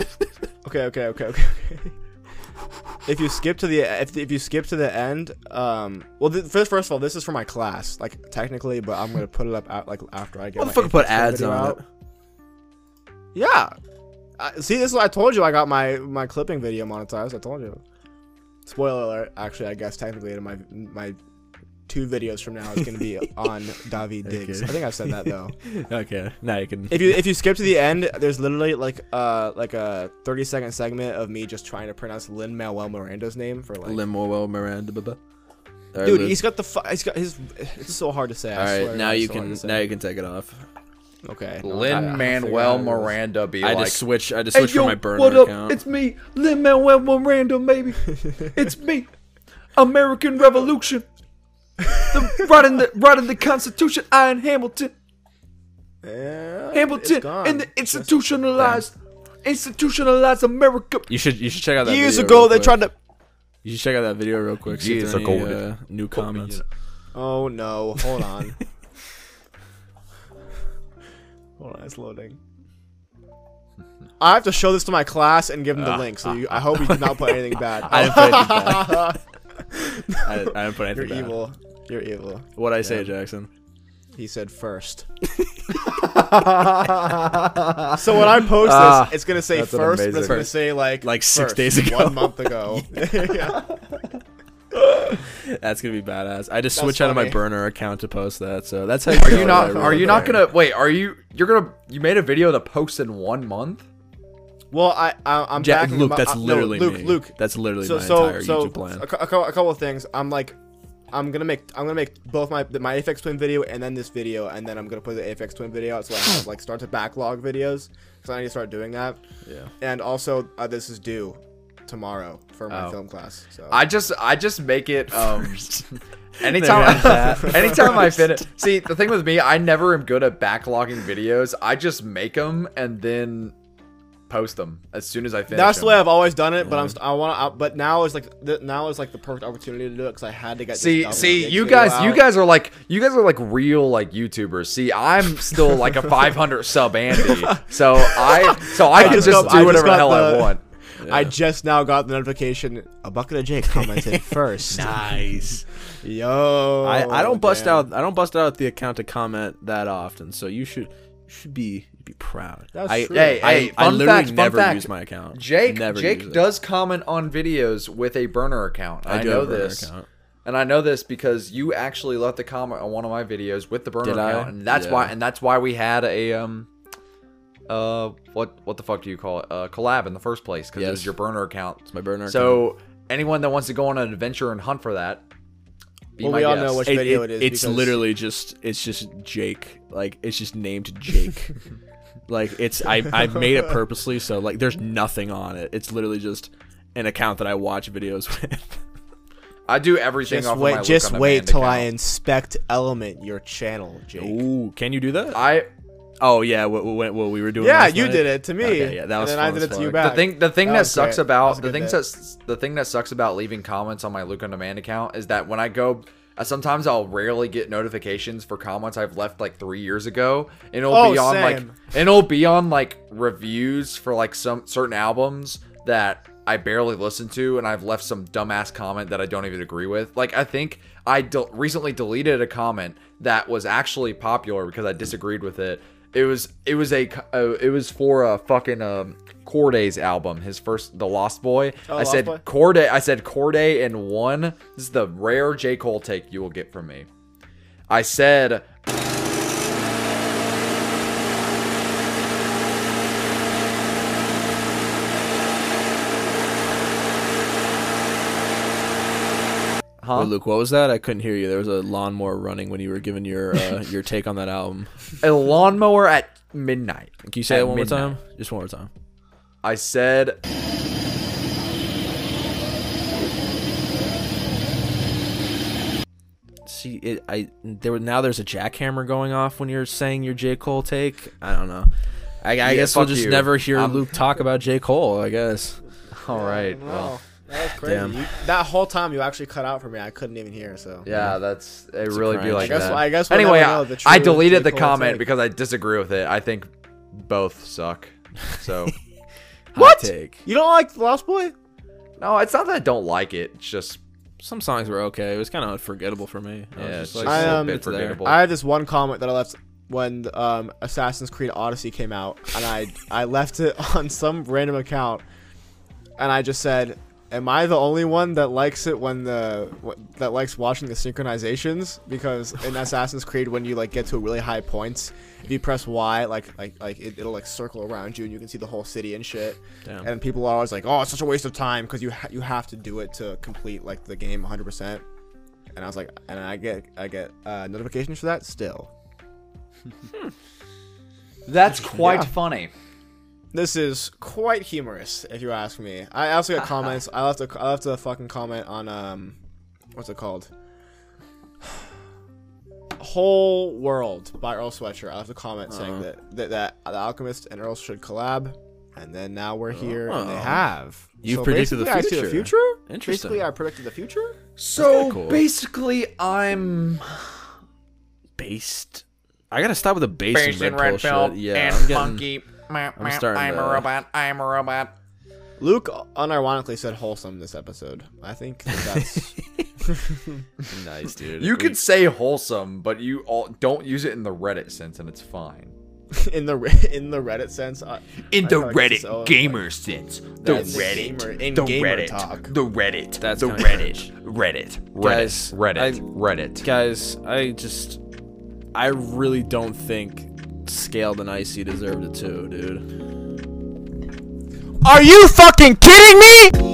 Speaker 2: Okay, okay, okay, okay. okay. if you skip to the if, if you skip to the end, um, well, th- first first of all, this is for my class, like technically, but I'm gonna put it up out, like after I get. my
Speaker 6: Motherfucker
Speaker 2: eighth grade
Speaker 6: put ads
Speaker 2: video
Speaker 6: on
Speaker 2: out.
Speaker 6: it.
Speaker 2: Yeah. I, see, this is I told you I got my my clipping video monetized. I told you. Spoiler alert. Actually, I guess technically, my my two videos from now is gonna be on Davi Diggs. I think I've said that though.
Speaker 8: okay, now you can.
Speaker 2: If you if you skip to the end, there's literally like uh like a 30 second segment of me just trying to pronounce Lin Manuel Miranda's name for like.
Speaker 6: Limoel Miranda. Blah, blah. All right,
Speaker 2: Dude,
Speaker 6: Luke.
Speaker 2: he's got the fu- he's got his. It's so hard to say.
Speaker 6: All right, now you can now
Speaker 2: Now
Speaker 6: you can take it off.
Speaker 2: okay. no, I- I
Speaker 3: Lin
Speaker 2: figured
Speaker 3: Manuel
Speaker 2: out it was-
Speaker 3: Miranda be
Speaker 6: I
Speaker 3: like,
Speaker 6: just switch. I just
Speaker 3: "Hey
Speaker 6: switch
Speaker 3: yo,
Speaker 6: from my burner
Speaker 3: what up?
Speaker 6: account.
Speaker 3: It's me, Lin Manuel Miranda, baby. it's me, American Revolution. The, right in the right in the Constitution, I in Hamilton,
Speaker 2: Yeah,
Speaker 3: Hamilton,
Speaker 2: it's gone.
Speaker 3: in the institutionalized, institutionalized America.
Speaker 6: you should you should check out that
Speaker 2: Years
Speaker 6: video
Speaker 2: ago,
Speaker 6: real
Speaker 2: they
Speaker 6: quick.
Speaker 2: tried to.
Speaker 6: You should check out that video real quick. See if
Speaker 3: Years
Speaker 6: there are
Speaker 3: ago,
Speaker 6: any,
Speaker 3: they-
Speaker 6: uh, new comments.
Speaker 2: Oh no! Hold on. Hold on, it's loading. I have to show this to my class and give them the link. So you, I hope you did not put anything bad.
Speaker 6: Ah, I didn't put anything I, didn't- I didn't put
Speaker 2: Oh, You're
Speaker 6: anything. down.
Speaker 2: evil. You're evil.
Speaker 6: What I say, Jackson?
Speaker 2: He said first. so when I post
Speaker 3: Ah,
Speaker 2: this, it's gonna say
Speaker 3: that's an
Speaker 2: first, but it's
Speaker 3: amazing-
Speaker 2: gonna say like
Speaker 6: Like six
Speaker 2: first,
Speaker 6: days ago.
Speaker 2: one month ago. Yeah.
Speaker 6: That's gonna be badass. I
Speaker 2: That's
Speaker 6: just switch out of my
Speaker 2: funny.
Speaker 6: burner account to post that. So that's how.
Speaker 3: Are you not? Are you not gonna wait? Are you? You're gonna? You made a video to post in one month.
Speaker 2: Well, I, I I'm
Speaker 6: Ja-
Speaker 2: backing
Speaker 6: Luke,
Speaker 2: my-
Speaker 6: that's
Speaker 2: uh, no,
Speaker 6: literally
Speaker 2: Luke.
Speaker 6: me.
Speaker 2: Luke,
Speaker 6: that's literally
Speaker 2: so
Speaker 6: my
Speaker 2: so
Speaker 6: entire
Speaker 2: so
Speaker 6: YouTube plan.
Speaker 2: a, cou- a cou- a couple of things. I'm like, I'm gonna make I'm gonna make both my my AFX Twin video and then this video, and then I'm gonna put the AFX Twin video out so I have like start to backlog videos. So I need to start doing that.
Speaker 6: Yeah.
Speaker 2: And also, uh, this is due tomorrow for my
Speaker 3: Oh.
Speaker 2: film class. So
Speaker 3: I just I just make it um anytime anytime I finish see the thing with me I never am good at backlogging videos I just make them and then post them as soon as I finish
Speaker 2: That's the
Speaker 3: 'em.
Speaker 2: way I've always done it, but I'm st- I want to. But now is like the, now is like the perfect opportunity to do it because I had to get. this
Speaker 3: see
Speaker 2: dumb
Speaker 3: see
Speaker 2: dick
Speaker 3: you
Speaker 2: video
Speaker 3: guys you
Speaker 2: out.
Speaker 3: guys are like you guys are like real like YouTubers see I'm still like a 500 sub Andy so I so I, can just,
Speaker 2: just got- I just
Speaker 3: do whatever the
Speaker 2: got
Speaker 3: hell I
Speaker 2: the-
Speaker 3: want
Speaker 2: I just now got the notification. A bucket of Jake commented first.
Speaker 6: Nice.
Speaker 2: Yo,
Speaker 6: I, I don't bust
Speaker 2: oh, damn.
Speaker 6: out I don't bust out the account to comment that often. So you should you should be you'd be proud.
Speaker 2: That's
Speaker 6: I,
Speaker 2: true.
Speaker 3: Hey,
Speaker 6: I,
Speaker 3: hey,
Speaker 6: I
Speaker 3: fun
Speaker 6: literally
Speaker 3: fact, fun
Speaker 6: never
Speaker 3: fact.
Speaker 6: use my account.
Speaker 3: Jake
Speaker 6: never use
Speaker 3: Jake
Speaker 6: it.
Speaker 3: does comment on videos with a burner account I,
Speaker 6: do
Speaker 3: know
Speaker 6: have a burner
Speaker 3: this
Speaker 6: account.
Speaker 3: And I know this because you actually left a comment on one of my videos with the burner
Speaker 6: Did I?
Speaker 3: account, and that's
Speaker 6: Yeah.
Speaker 3: why and that's why we had a um uh what what the fuck do you call it uh collab in the first place because it was
Speaker 6: Yes.
Speaker 3: your burner account.
Speaker 6: It's my burner account.
Speaker 3: So anyone that wants to go on an adventure and hunt for that, be
Speaker 2: Well,
Speaker 3: my
Speaker 2: we all
Speaker 3: guest.
Speaker 2: know which
Speaker 6: It-
Speaker 2: video
Speaker 6: it-
Speaker 2: it is.
Speaker 6: It's
Speaker 2: because-
Speaker 6: literally just it's just Jake. Like it's just named Jake. like it's I I made it purposely so like there's nothing on it. It's literally just an account that I watch videos with.
Speaker 3: I do everything.
Speaker 2: Just
Speaker 3: off Of my
Speaker 2: wait,
Speaker 3: Luke
Speaker 2: just
Speaker 3: on Demand
Speaker 2: wait till I
Speaker 3: account.
Speaker 2: inspect Element your channel, Jake.
Speaker 6: Ooh, can you do that?
Speaker 3: I
Speaker 6: oh yeah, what, what, what we were doing.
Speaker 2: Yeah,
Speaker 6: last
Speaker 2: you
Speaker 6: night?
Speaker 2: did it to me.
Speaker 6: Okay, yeah, that was
Speaker 2: And then I
Speaker 6: fun
Speaker 2: did
Speaker 6: as
Speaker 2: it to you
Speaker 6: fuck.
Speaker 2: back.
Speaker 3: the thing the thing
Speaker 2: That
Speaker 3: that,
Speaker 2: was
Speaker 3: sucks
Speaker 2: great. That was
Speaker 3: about
Speaker 2: a
Speaker 3: the
Speaker 2: good
Speaker 3: thing
Speaker 2: bit.
Speaker 3: that's the thing that sucks about leaving comments on my Luke on Demand account is that when I go uh, sometimes I'll rarely get notifications for comments I've left like three years ago and it'll
Speaker 2: Oh,
Speaker 3: be on
Speaker 2: same.
Speaker 3: like and it'll be on like reviews for like some certain albums that I barely listen to and I've left some dumbass comment that I don't even agree with like I think I del- recently deleted a comment that was actually popular because I disagreed with it it was it was a co- uh, it was for a fucking um Corday's album, his first, The Lost Boy. I
Speaker 2: Oh, Lost
Speaker 3: said
Speaker 2: Boy?
Speaker 3: Corday. I said Corday and one. This is the rare J Cole take you will get from me. I said
Speaker 6: Wait, Luke, what was that? I couldn't hear you. There was a lawnmower running when you were giving your uh, your take on that album.
Speaker 3: a lawnmower at midnight.
Speaker 6: Can you say
Speaker 3: At
Speaker 6: that one
Speaker 3: midnight.
Speaker 6: more time? Just one more time.
Speaker 3: I said.
Speaker 6: See, it, I there were now there's a jackhammer going off when you're saying your J Cole take. I don't know. I, I guess we'll
Speaker 3: fuck
Speaker 6: just
Speaker 3: you.
Speaker 6: never hear
Speaker 3: I'm-
Speaker 6: Luke talk about J Cole. I guess.
Speaker 3: All
Speaker 2: Oh,
Speaker 3: right. Well,
Speaker 2: Wow, that was crazy.
Speaker 6: Damn.
Speaker 2: You- that whole time you actually cut out for me. I couldn't even hear. So
Speaker 3: yeah, that's it. Really be
Speaker 6: crime.
Speaker 3: like
Speaker 6: I
Speaker 2: guess-
Speaker 3: that.
Speaker 2: I guess we'll
Speaker 3: anyway,
Speaker 2: never know
Speaker 3: I,
Speaker 2: the true
Speaker 3: I deleted
Speaker 2: J.
Speaker 3: the
Speaker 2: Cole
Speaker 3: comment
Speaker 2: take.
Speaker 3: because I disagree with it. I think both suck. So
Speaker 6: What? Take.
Speaker 2: you don't like The Lost Boy?
Speaker 3: No, it's not that I don't like it. It's just
Speaker 6: Some songs were okay. It was kind of unforgettable for me. I was
Speaker 3: yeah,
Speaker 6: just
Speaker 3: it's just
Speaker 6: like,
Speaker 2: I,
Speaker 3: a
Speaker 2: um,
Speaker 3: bit
Speaker 6: it's there.
Speaker 3: forgettable.
Speaker 2: I had this one comment that I left when um, Assassin's Creed Odyssey came out, and I I left it on some random account, and I just said, "Am I the only one that likes it when the wh- that likes watching the synchronizations? Because in Assassin's Creed, when you like get to a really high points, if you press Y, like like like it, it'll like circle around you, and you can see the whole city and shit.
Speaker 6: Damn.
Speaker 2: And people are always like, "Oh, it's such a waste of time," because you ha- you have to do it to complete like the game 100. percent and I was like, and I get I get uh, notifications for that still.
Speaker 3: That's quite funny.
Speaker 2: This is quite humorous, if you ask me. I also got comments. I left a I left a fucking comment on um, what's it called? Whole World by Earl Sweatshirt. I left a comment saying that, that that the Alchemist and Earl should collab, and then now we're here and they
Speaker 6: Oh.
Speaker 2: have.
Speaker 6: You predicted the
Speaker 2: basically I see
Speaker 6: future.
Speaker 2: future.
Speaker 6: Interesting.
Speaker 2: Basically, I predicted the future.
Speaker 3: So
Speaker 6: cool.
Speaker 3: basically, I'm
Speaker 6: based. I gotta stop with the based, and red, pill shit. Yeah, I'm getting, I'm starting I'm a to- robot,
Speaker 3: I'm a robot.
Speaker 2: Luke unironically said wholesome this episode. I think that that's.
Speaker 6: nice, dude.
Speaker 3: You
Speaker 6: We-
Speaker 3: could say wholesome, but you all don't use it in the Reddit sense, and it's fine.
Speaker 2: in the re- in the Reddit sense. I,
Speaker 9: In the
Speaker 2: I feel like this
Speaker 9: Reddit
Speaker 2: is all, oh, like,
Speaker 9: gamer sense. The
Speaker 2: that's
Speaker 9: Reddit.
Speaker 2: gamer- in
Speaker 9: the
Speaker 2: gamer
Speaker 9: Reddit.
Speaker 2: talk.
Speaker 9: The Reddit.
Speaker 6: That's
Speaker 9: the
Speaker 6: kinda
Speaker 9: Reddit. Reddit. Reddit.
Speaker 6: Guys,
Speaker 3: Reddit.
Speaker 6: I-
Speaker 3: Reddit.
Speaker 6: guys, I just, I really don't think Scaled and Icy deserved it too, dude.
Speaker 2: Are you fucking kidding me?